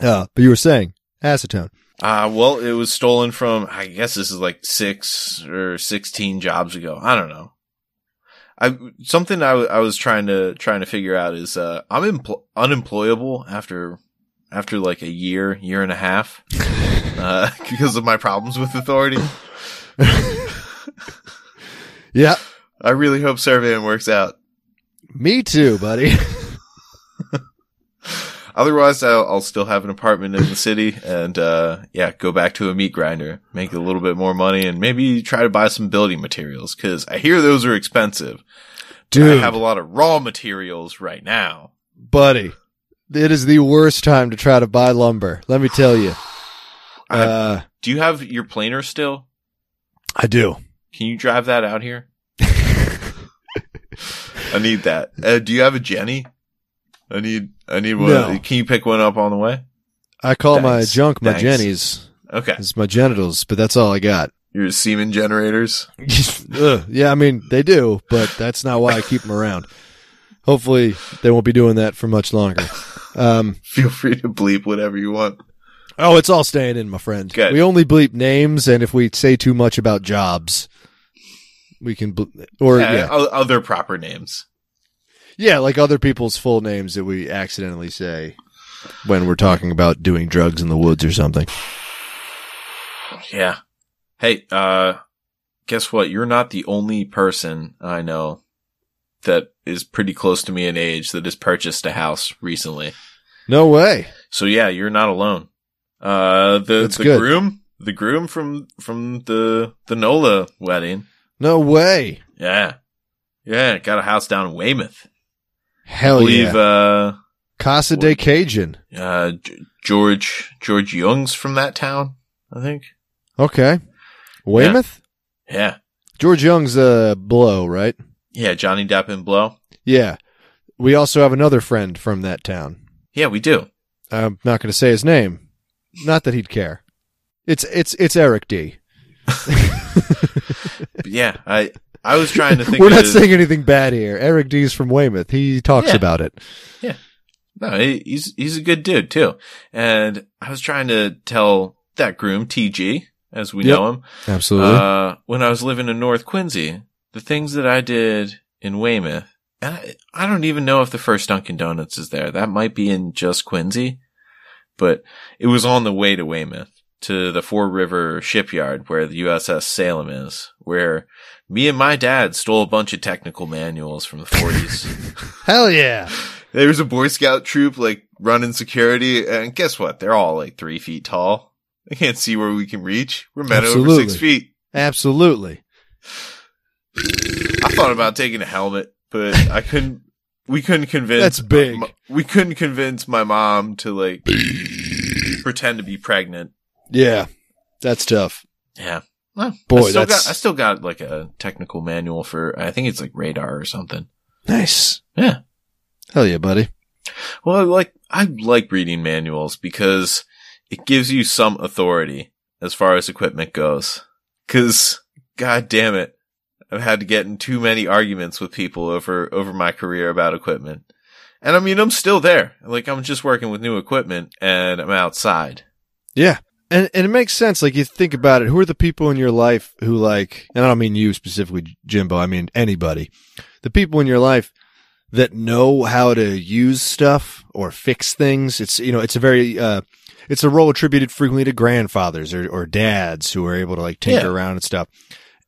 Uh, but you were saying acetone. Uh, well, it was stolen from, I guess this is like six or 16 jobs ago. I don't know. I, something I, w- I was trying to, trying to figure out is, uh, I'm empl- unemployable after, after like a year, year and a half, uh, because of my problems with authority. Yeah, I really hope surveying works out. me too, buddy. Otherwise, I'll, I'll still have an apartment in the city and, uh, yeah, go back to a meat grinder, make a little bit more money and maybe try to buy some building materials because I hear those are expensive. Dude. I have a lot of raw materials right now. buddy, it is the worst time to try to buy lumber. Let me tell you. Uh, Do you have your planer still? I do. Can you drive that out here? I need that. Uh, do you have a Jenny? I need, I need one. No. Can you pick one up on the way? I call my Thanks. junk my Thanks. jennies. Okay. It's my genitals, but that's all I got. Your semen generators. Ugh. Yeah, I mean they do, but that's not why I keep them around. Hopefully, they won't be doing that for much longer. Um, Feel free to bleep whatever you want. oh, it's all staying in, my friend. Good. We only bleep names, and if we say too much about jobs, we can ble- or Yeah, yeah. Uh, o- Other proper names. Yeah, like other people's full names that we accidentally say when we're talking about doing drugs in the woods or something. Yeah. Hey, uh, guess what? You're not the only person I know that is pretty close to me in age that has purchased a house recently. No way. So yeah, you're not alone. Uh, the, That's the good. groom, the groom from, from the, the NOLA wedding. No way. Yeah. Yeah. Got a house down in Weymouth. Hell believe, yeah. uh, Casa de Cajun. uh, G- George, George Young's from that town, I think. Okay. Weymouth? Yeah. George Young's uh blow, right? Yeah, Johnny Depp and Blow. Yeah. We also have another friend from that town. Yeah, we do. I'm not going to say his name. Not that he'd care. It's it's it's Eric D. But yeah, I I was trying to think. We're of not it as- saying anything bad here. Eric D's from Weymouth. He talks Yeah. about it. No, he, he's he's a good dude too. And I was trying to tell that groom TG, as we Yep. know him, Absolutely. uh, when I was living in North Quincy, the things that I did in Weymouth, and I, I don't even know if the first Dunkin' Donuts is there. That might be in just Quincy, but it was on the way to Weymouth to the Four River Shipyard where the USS Salem is, where me and my dad stole a bunch of technical manuals from the 40s. Hell yeah. There was a Boy Scout troop like running security, and guess what? They're all like three feet tall. They can't see where we can reach. We're men over Absolutely. six feet. Absolutely. I thought about taking a helmet, but I couldn't. We couldn't convince. That's big. we couldn't convince my mom to like pretend to be pregnant. Yeah. That's tough. Yeah. Well, Boy, I still that's- got, I still got like a technical manual for. I think it's like radar or something. Nice. Yeah. Hell yeah, buddy. Well, I like I like reading manuals because it gives you some authority as far as equipment goes. Cause god damn it, I've had to get in too many arguments with people over over my career about equipment. And I mean I'm still there. Like I'm just working with new equipment and I'm outside. Yeah. And and it makes sense. Like you think about it, who are the people in your life who like and I don't mean you specifically, Jimbo, I mean anybody. The people in your life that know how to use stuff or fix things. It's you know, it's a very uh it's a role attributed frequently to grandfathers or, or dads who are able to like tinker Yeah. around and stuff.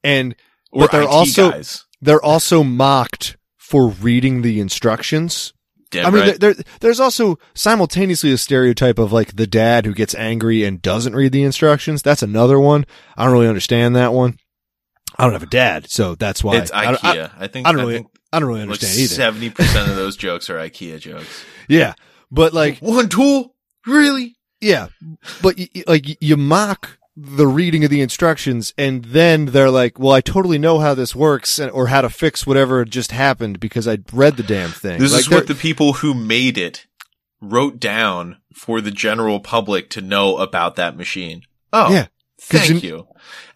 And Or But they're IT also- guys. they're also mocked for reading the instructions. Damn I mean, right. there, there- there's also simultaneously a stereotype of like the dad who gets angry and doesn't read the instructions. That's another one. I don't really understand that one. I don't have a dad, so that's why it's I, IKEA. don't- I, I, think I don't I really think I don't really like understand either. seventy percent of those jokes are IKEA jokes. Yeah, but like, one tool? Really? yeah, but y- y- like y- you mock the reading of the instructions, and then they're like, "Well, I totally know how this works, and, or how to fix whatever just happened because I read the damn thing." This Like, is what they're- the people who made it wrote down for the general public to know about that machine. Oh, Yeah, 'cause thank you- you.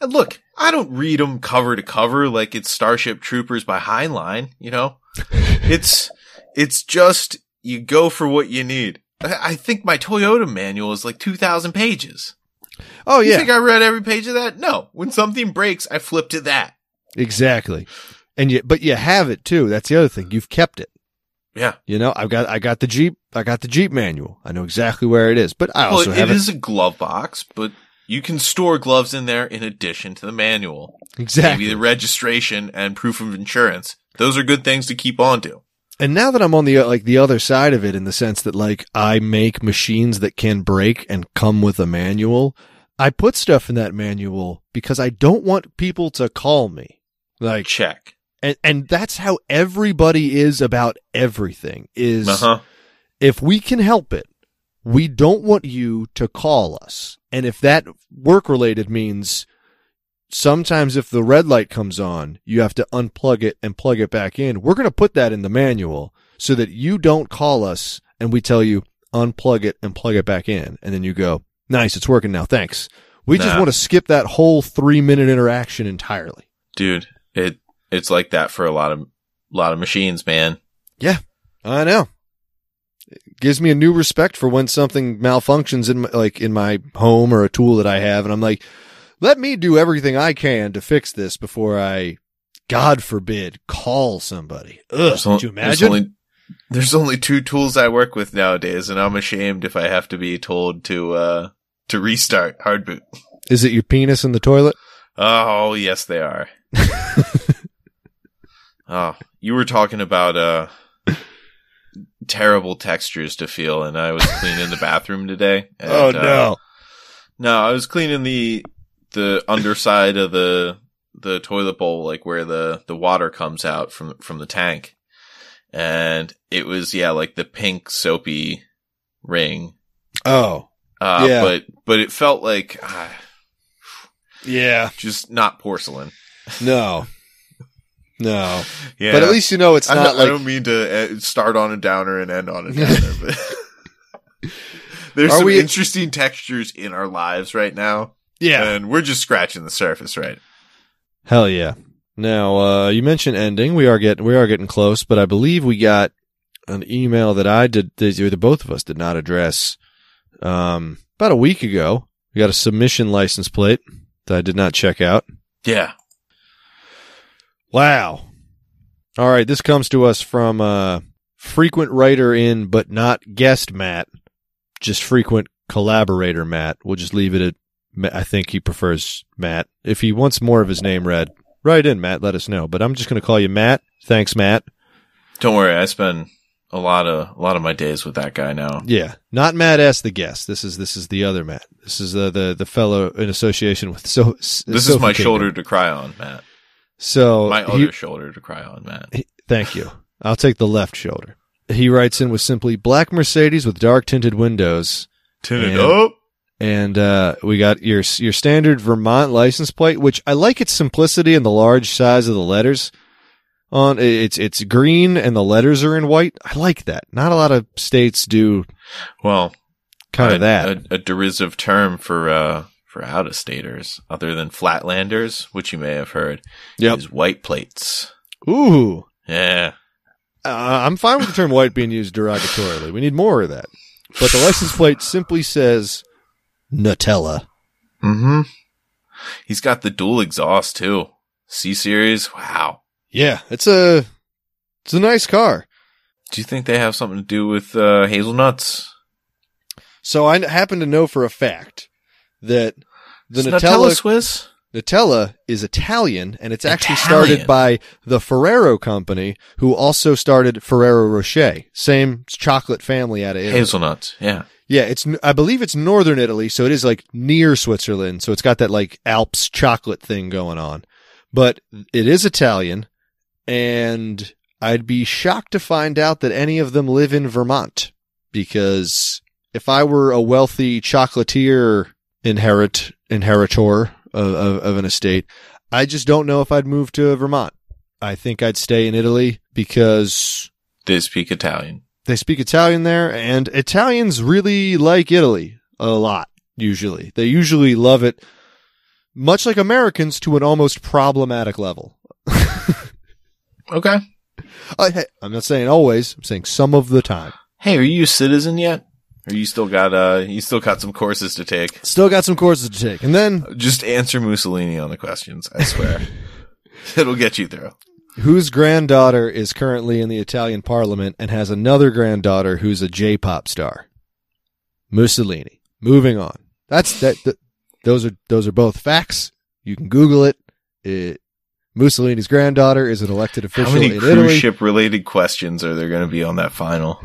And look, I don't read them cover to cover like it's Starship Troopers by Heinlein. You know, it's it's just you go for what you need. I I think my Toyota manual is like two thousand pages. oh You yeah, think I read every page of that? No. When something breaks, I flip to that. Exactly. And you, but you have it too. That's the other thing. You've kept it. Yeah. You know, I've got, I got the Jeep, I got the Jeep manual. I know exactly where it is, but I Well, also it have it. is a glove box, but you can store gloves in there in addition to the manual. Exactly. maybe the registration and proof of insurance. Those are good things to keep on to. And now that I'm on the, uh, like the other side of it in the sense that like I make machines that can break and come with a manual, I put stuff in that manual because I don't want people to call me. Like, Check. and, and that's how everybody is about everything is. Uh huh. if we can help it, we don't want you to call us. And if that work related means sometimes if the red light comes on, you have to unplug it and plug it back in, we're going to put that in the manual so that you don't call us and we tell you unplug it and plug it back in. And then you go, nice, it's working now. Thanks. We just Nah. want to skip that whole three minute interaction entirely. Dude, it, it's like that for a lot of, lot of machines, man. I know. It gives me a new respect for when something malfunctions in my, like in my home or a tool that I have, and I'm like, let me do everything I can to fix this before I, God forbid, call somebody. Ugh, on- could you there's imagine? only, there's only two tools I work with nowadays, and I'm ashamed if I have to be told to, uh, to restart hard boot. Is it your penis in the toilet? Oh, yes, they are. oh, you were talking about, uh, terrible textures to feel, and I was cleaning the bathroom today. and, oh uh, no! No, I was cleaning the the underside of the the toilet bowl, like where the the water comes out from from the tank, and it was yeah, like the pink soapy ring. Oh Uh, Yeah. but but it felt like ah, yeah, just not porcelain. no. No. Yeah, But at least you know it's I, not I like don't mean to uh, start on a downer and end on a downer, but there's Are some we- interesting textures in our lives right now, and we're just scratching the surface, right? Hell yeah. Now, uh, you mentioned ending. We are getting we are getting close, but I believe we got an email that I did that the both of us did not address um, about a week ago. We got a submission license plate that I did not check out. Yeah, Wow. All right, this comes to us from uh, frequent writer in but not guest Matt, just frequent collaborator Matt. We'll just leave it at Ma- I think he prefers Matt. If he wants more of his name read, write in Matt, let us know. But I'm just going to call you Matt. Thanks Matt. don't worry, I spend a lot of a lot of my days with that guy now. Yeah, not Matt S the guest. This is this is the other Matt. This is uh, the the, the fellow in association with so This is my shoulder to cry on, Matt. So My he- other shoulder to cry on, Matt. Thank you. I'll take the left shoulder. He writes in with simply black Mercedes with dark tinted windows, Tin it And- up. and uh, we got your your standard Vermont license plate, which I like its simplicity and the large size of the letters. On it's it's green and the letters are in white. I like that. Not a lot of states do Well, kind a- of that. A, a derisive term for uh for out of staters, other than flatlanders, which you may have heard, Yep. is white plates. Ooh, Yeah. Uh, I'm fine with the term white being used derogatorily. We need more of that. But the license plate simply says Nutella. Mm-hmm. He's got the dual exhaust too. C series. Wow. Yeah, it's a it's a nice car. Do you think they have something to do with uh, hazelnuts? So I happen to know for a fact that the Is Nutella Nutella, Swiss. is Italian, and it's actually Italian. started by the Ferrero Company, who also started Ferrero Rocher, same chocolate family out of Italy. Hazelnuts. Yeah. Yeah, it's I believe it's northern Italy, so it is like near Switzerland, so it's got that like Alps chocolate thing going on. But it is Italian, and I'd be shocked to find out that any of them live in Vermont because if I were a wealthy chocolatier inherit inheritor of, of, of an estate, I just don't know if I'd move to Vermont. I think I'd stay in Italy because They speak Italian. they speak Italian there, and Italians really like Italy a lot, usually. They usually love it, much like Americans, to an almost problematic level. Okay. I, hey, I'm not saying always, I'm saying some of the time. Hey, are you a citizen yet? Or you still got uh you still got some courses to take? Still got some courses to take. And then, Just answer Mussolini on the questions, I swear. It'll get you through. whose granddaughter is currently in the Italian parliament and has another granddaughter who's a J pop star? Mussolini. Moving on. That's that. Th- those are those are both facts. You can Google it. it Mussolini's granddaughter is an elected official How many in cruise Italy. ship related questions are there gonna be on that final?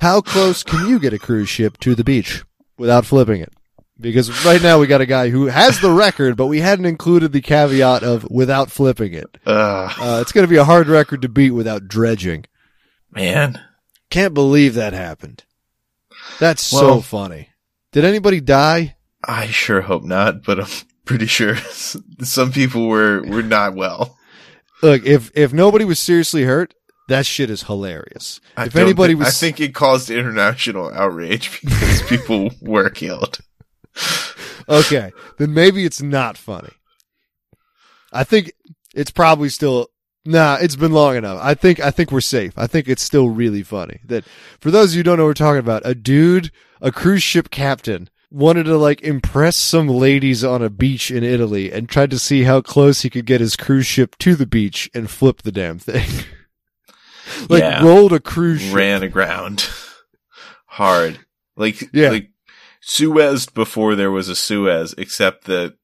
How close can you get a cruise ship to the beach without flipping it? Because right now we got a guy who has the record, but we hadn't included the caveat of without flipping it. Uh Uh, it's going to be a hard record to beat without dredging. man. Can't believe that happened. That's so Well- funny. Did anybody die? I sure hope not, but I'm pretty sure some people were were not well. Look, if if nobody was seriously hurt, that shit is hilarious. I if don't anybody thi- was I think it caused international outrage because people were killed. okay, then maybe it's not funny. I think it's probably still nah. It's been long enough. I think I think we're safe. I think it's still really funny that for those of you who don't know, what we're talking about a dude, a cruise ship captain. Wanted to like impress some ladies on a beach in Italy and tried to see how close he could get his cruise ship to the beach and flip the damn thing. like Yeah. rolled a cruise ship. Ran aground hard, like Yeah. like Suez before there was a Suez, except that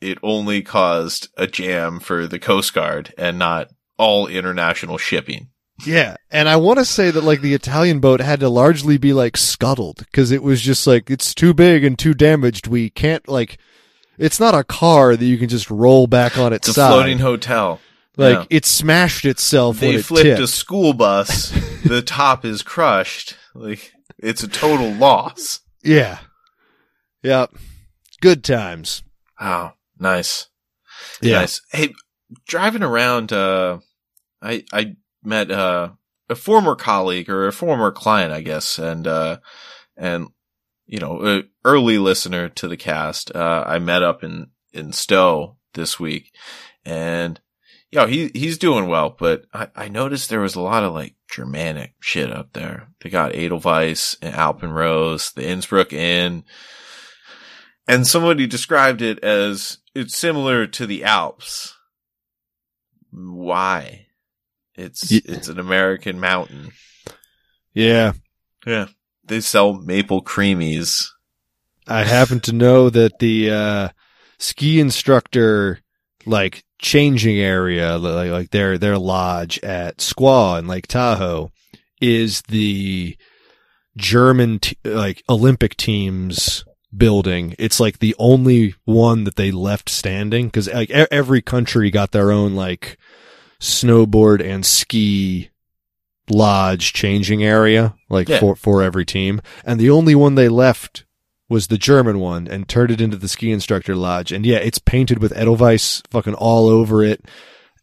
it only caused a jam for the Coast Guard and not all international shipping. Yeah, and I want to say that like the Italian boat had to largely be like scuttled because it was just like it's too big and too damaged. We can't like it's not a car that you can just roll back on its, It's a side. floating hotel. like Yeah. it smashed itself when They it flipped tipped. a school bus. the top is crushed. Like it's a total loss. yeah, yeah, good times. Wow, nice. Yeah, Nice. Hey, driving around, uh, I I met uh, a former colleague or a former client, I guess, and uh, and you know, a early listener to the cast. Uh, I met up in in Stowe this week, and you know, he he's doing well, but I, I noticed there was a lot of like Germanic shit up there. They got Edelweiss and Alpenrose, the Innsbruck Inn, and somebody described it as it's similar to the Alps. Why? It's Ye- it's an American mountain. Yeah. Yeah. They sell maple creamies. I happen to know that the uh, ski instructor like changing area, like like their their lodge at Squaw in Lake Tahoe, is the German t- like Olympic team's building. It's like the only one that they left standing because like e- every country got their own like snowboard and ski lodge changing area like Yeah. for for every team and the only one they left was the German one and turned it into the ski instructor lodge. And yeah, it's painted with Edelweiss fucking all over it.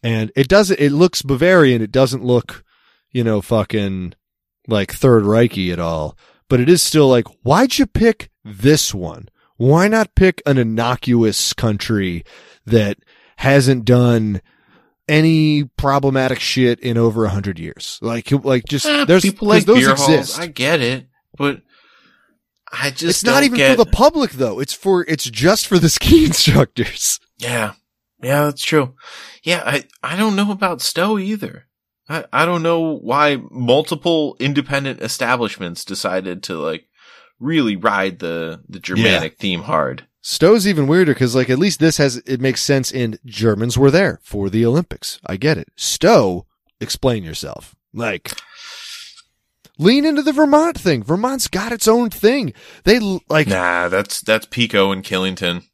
And it doesn't, it looks Bavarian. It doesn't look, you know, fucking like Third Reichy at all. But it is still like, why'd you pick this one? Why not pick an innocuous country that hasn't done any problematic shit in over a hundred years? Like, like just, Eh, there's, people 'cause like those beer exist halls. I get it, but I just it's not don't even get- for the public though. It's for it's just for the ski instructors. Yeah. Yeah, that's true. Yeah, I, I don't know about Stowe either. I, I don't know why multiple independent establishments decided to like really ride the, the Germanic theme hard. Stowe's even weirder because like at least this has it makes sense in Germans were there for the Olympics. I get it. Stowe, explain yourself. Like lean into the Vermont thing. Vermont's got its own thing. They l- like Nah, that's that's Pico and Killington.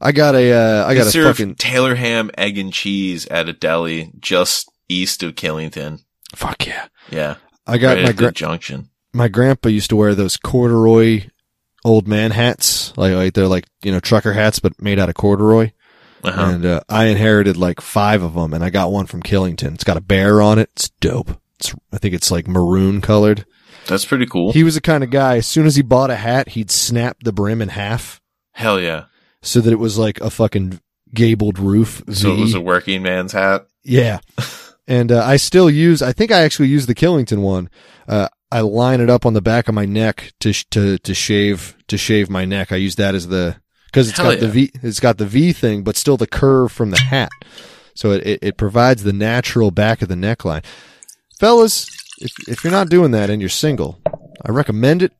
I got a uh, I I got got a serve fucking Taylor ham, egg and cheese at a deli just east of Killington. fuck yeah. Yeah, I got right my at the gra- junction. my grandpa used to wear those corduroy old man hats. Like, like they're like you know trucker hats but made out of corduroy. Uh-huh. and uh, I inherited like five of them, and I got one from Killington. It's got a bear on it. It's dope. It's I think it's like maroon colored. That's pretty cool. He was the kind of guy. As soon as he bought a hat, he'd snap the brim in half Hell yeah! so that it was like a fucking gabled roof. So it V. was a working man's hat. yeah. and uh, I still use. I think I actually use the Killington one. Uh, I line it up on the back of my neck to sh- to to shave to shave my neck. I use that as the because it's Hell got the yeah. V it's got the V thing, but still the curve from the hat. So it, it, it provides the natural back of the neckline. Fellas, if, if you're not doing that and you're single, I recommend it.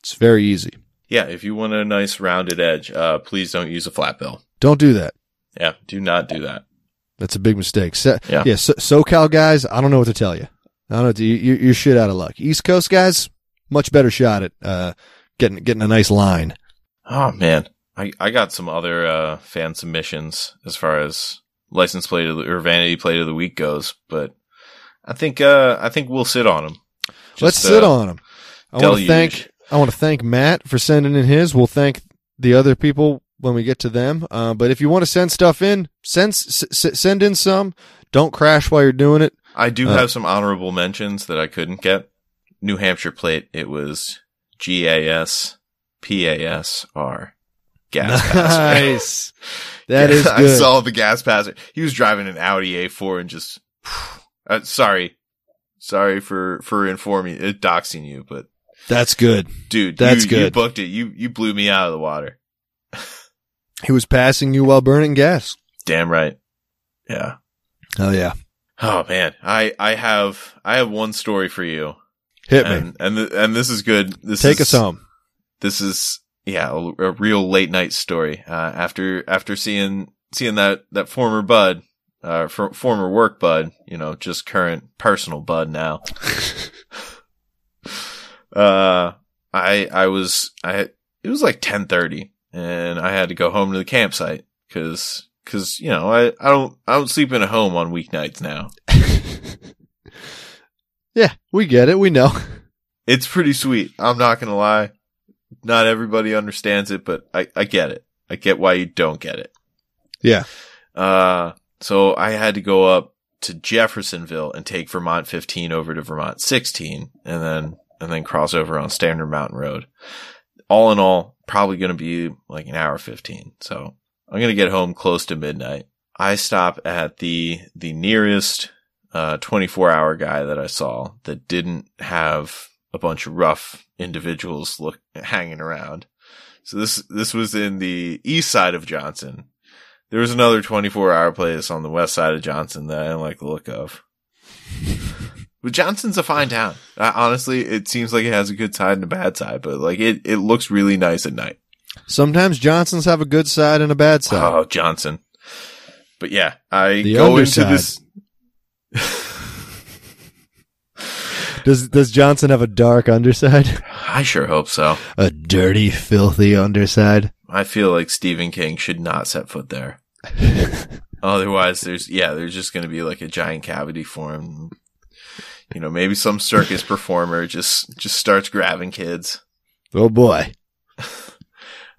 It's very easy. Yeah, if you want a nice rounded edge, uh, please don't use a flat bill. Don't do that. Yeah, do not do that. That's a big mistake. So, yeah, Yeah. so, SoCal guys, I don't know what to tell you. I don't know. what to- You, you, you're shit out of luck. East Coast guys, much better shot at uh, getting getting a nice line. Oh man, I I got some other uh, fan submissions as far as license plate of the, or vanity plate of the week goes, but I think uh, I think we'll sit on uh, them. Let's sit on them. I want to deluge. thank I want to thank Matt for sending in his. We'll thank the other people when we get to them. Uh, but if you want to send stuff in, send s- s- send in some. Don't crash while you're doing it. I do Uh, have some honorable mentions that I couldn't get. New Hampshire plate. It was G A S P A S R. Gas passer. nice. That is I good. saw the gas passer. He was driving an Audi A4 and just. Uh, sorry, sorry for for informing, uh, doxing you, but That's good. dude, That's you, You good. booked it. You you blew me out of the water. He was passing you while burning gas. Damn right. Yeah. Oh yeah, Oh man, I I have I have one story for you, hit me. and and, th- and this is good. This Take is, us home. This is yeah, a, a real late night story. Uh, after after seeing seeing that that former bud, uh, for, former work bud, you know, just current personal bud now. uh, I I was I it was like ten thirty, and I had to go home to the campsite because because you know I I don't I don't sleep in a home on weeknights now. Yeah, we get it. We know. It's pretty sweet. I'm not gonna lie. Not everybody understands it, but I, I get it. I get why you don't get it. Yeah. Uh, so I had to go up to Jeffersonville and take Vermont 15 over to Vermont 16 and then, and then cross over on Standard Mountain Road. All in all, probably going to be like an hour 15. So I'm going to get home close to midnight. I stop at the, the nearest, uh, 24 hour guy that I saw that didn't have a bunch of rough individuals look hanging around. So this, this was in the east side of Johnson, there was another 24 hour place on the west side of Johnson that I didn't like the look of. But Johnson's a fine town. I, honestly, it seems like it has a good side and a bad side, but like it, it looks really nice at night. Sometimes Johnsons have a good side and a bad side. Oh, Johnson. But yeah, I The go underside. into this. Does does Johnson have a dark underside? I sure hope so. A dirty, filthy underside. I feel like Stephen King should not set foot there. Otherwise, there's yeah, there's just going to be like a giant cavity formed. You know, maybe some circus performer just just starts grabbing kids. Oh boy.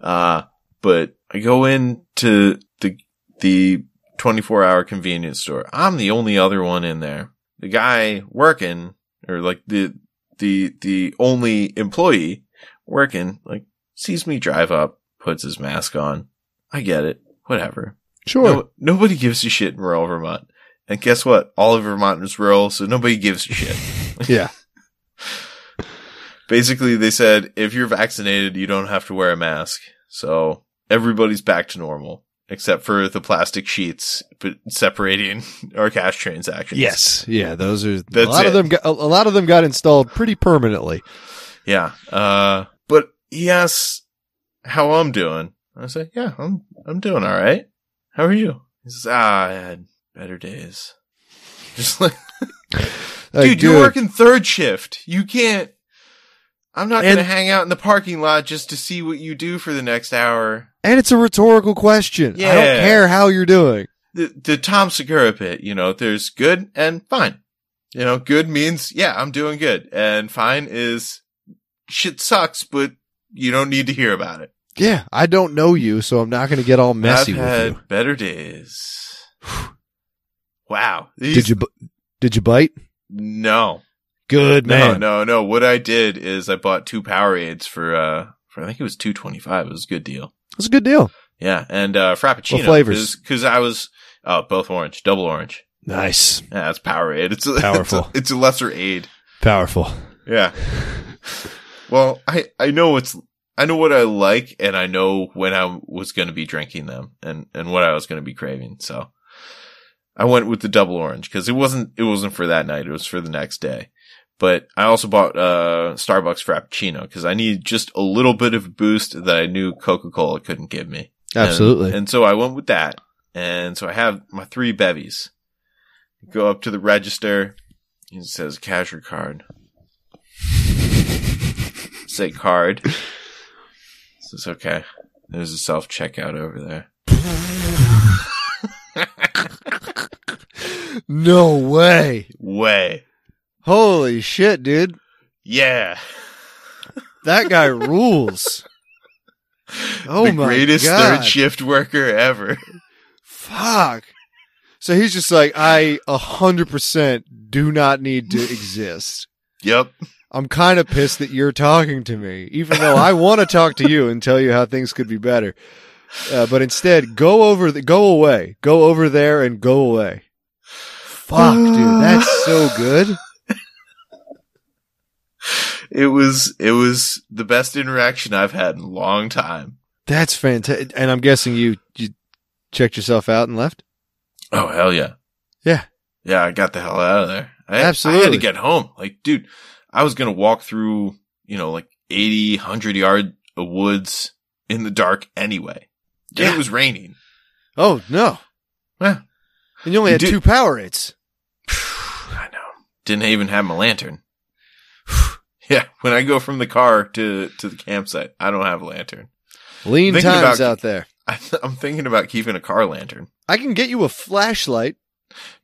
Uh, but I go into the, the 24 hour convenience store. I'm the only other one in there. The guy working or like the, the, the only employee working like sees me drive up, puts his mask on. I get it. Whatever. Sure. No, nobody gives a shit in rural Vermont. And guess what? All of Vermont is rural, so nobody gives a shit. Yeah. basically they said if you're vaccinated you don't have to wear a mask so everybody's back to normal except for the plastic sheets but separating our cash transactions Yes. Yeah. Those are That's a lot it. of them. Got, a a lot of them got installed pretty permanently. yeah uh but he asks how i'm doing i say yeah i'm i'm doing all right how are you he says ah i had better days just like Like, dude, you're working third shift. You can't. I'm not going And- to hang out in the parking lot just to see what you do for the next hour. and it's a rhetorical question. I Yeah. don't care how you're doing. the, the Tom Segura bit, you know, there's good and fine. You know, good means, yeah, I'm doing good. And fine is shit sucks, but you don't need to hear about it. Yeah, I don't know you, so I'm not going to get all messy I've with had you. better days. wow. Did you bu- did you bite? No. Good man. No, no, no. What I did is I bought two Powerades for, uh, for I think it was 225. It was a good deal. That's a good deal. Yeah. And, uh, Frappuccino. What flavors? Cause I was, uh, both orange, double orange. Nice, Yeah, that's Powerade. It's a, Powerful. It's a, it's a lesser aid. powerful. Yeah. Well, I I know what's I know what I like, and I know when I was going to be drinking them, and and what I was going to be craving. So I went with the double orange because it wasn't it wasn't for that night; it was for the next day. But I also bought uh Starbucks Frappuccino because I needed just a little bit of boost that I knew Coca Cola couldn't give me. And- Absolutely. And, so I went with that. And so I have my three bevies. Go up to the register. It says cashier card. Say card. Says okay. There's a self checkout over there. no way. Way. Holy shit, dude. Yeah. That guy rules. Oh the my greatest God. third shift worker ever. Fuck. So he's just like, I 100% do not need to exist. Yep. I'm kind of pissed that you're talking to me, even though I want to talk to you and tell you how things could be better. Uh, but instead, go over, the, go away, go over there and go away. Fuck, dude, that's so good. It was it was the best interaction I've had in a long time. That's fantastic. And I'm guessing you you checked yourself out and left. Oh hell yeah. Yeah. Yeah, I got the hell out of there. I, I had Absolutely. to get home. Like, dude, I was gonna walk through, you know, like 80, 100 yard of woods in the dark anyway. And Yeah. It was raining. Oh no, Yeah. and you only had Dude. two Powerades. I know. Didn't even have my lantern. yeah, when I go from the car to to the campsite, I don't have a lantern. Lean Thinking times about- out there. I, I'm thinking about keeping a car lantern. I can get you a flashlight.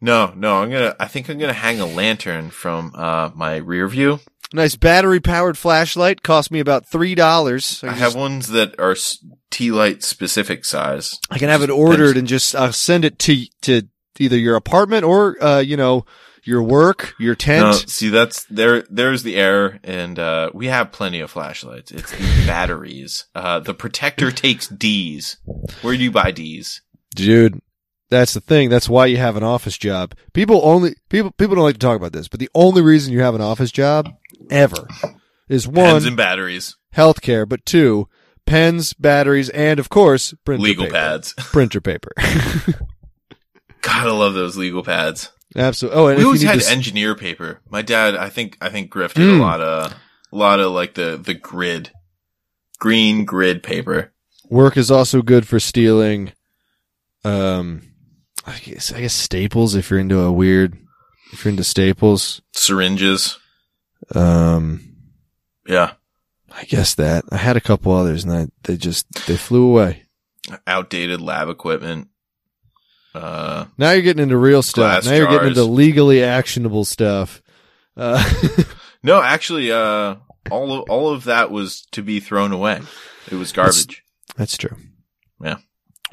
No, no, I'm gonna. I think I'm gonna hang a lantern from uh, my rear view Nice battery powered flashlight cost me about three dollars. I have ones that are s- tea light specific size. I can have it ordered and just uh, send it to to either your apartment or uh, you know your work, your tent. no, see that's there. There's the error, and uh, we have plenty of flashlights. It's the batteries. Uh, the protector takes D's. Where do you buy D's? dude that's the thing that's why you have an office job people only people people don't like to talk about this but the only reason you have an office job ever is Pens one and batteries, healthcare but two pens batteries and of course printer legal paper. pads. printer paper Gotta love those legal pads. absolutely oh and we if always you need had to s- engineer paper. My dad, I think, I think grifted Mm. a lot of, a lot of like the the grid, green grid paper. work is also good for stealing um I guess, I guess staples if you're into a weird if you're into staples syringes. um Yeah, I guess that I had a couple others and I, they just they flew away outdated lab equipment. Uh, Now you're getting into real stuff. Glass now you're getting jars. into legally actionable stuff. Uh, no, actually, uh, all of, all of that was to be thrown away. It was garbage, that's true. Yeah.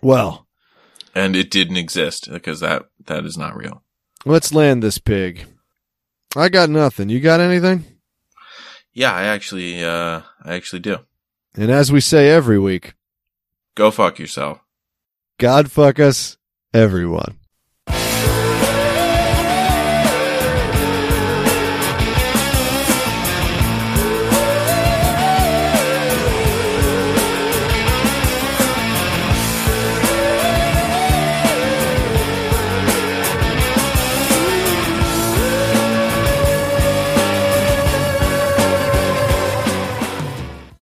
Well, and it didn't exist because that that is not real. let's land this pig. I got nothing. You got anything? Yeah, I actually, uh, I actually do. And as we say every week, Go fuck yourself. God fuck us, everyone.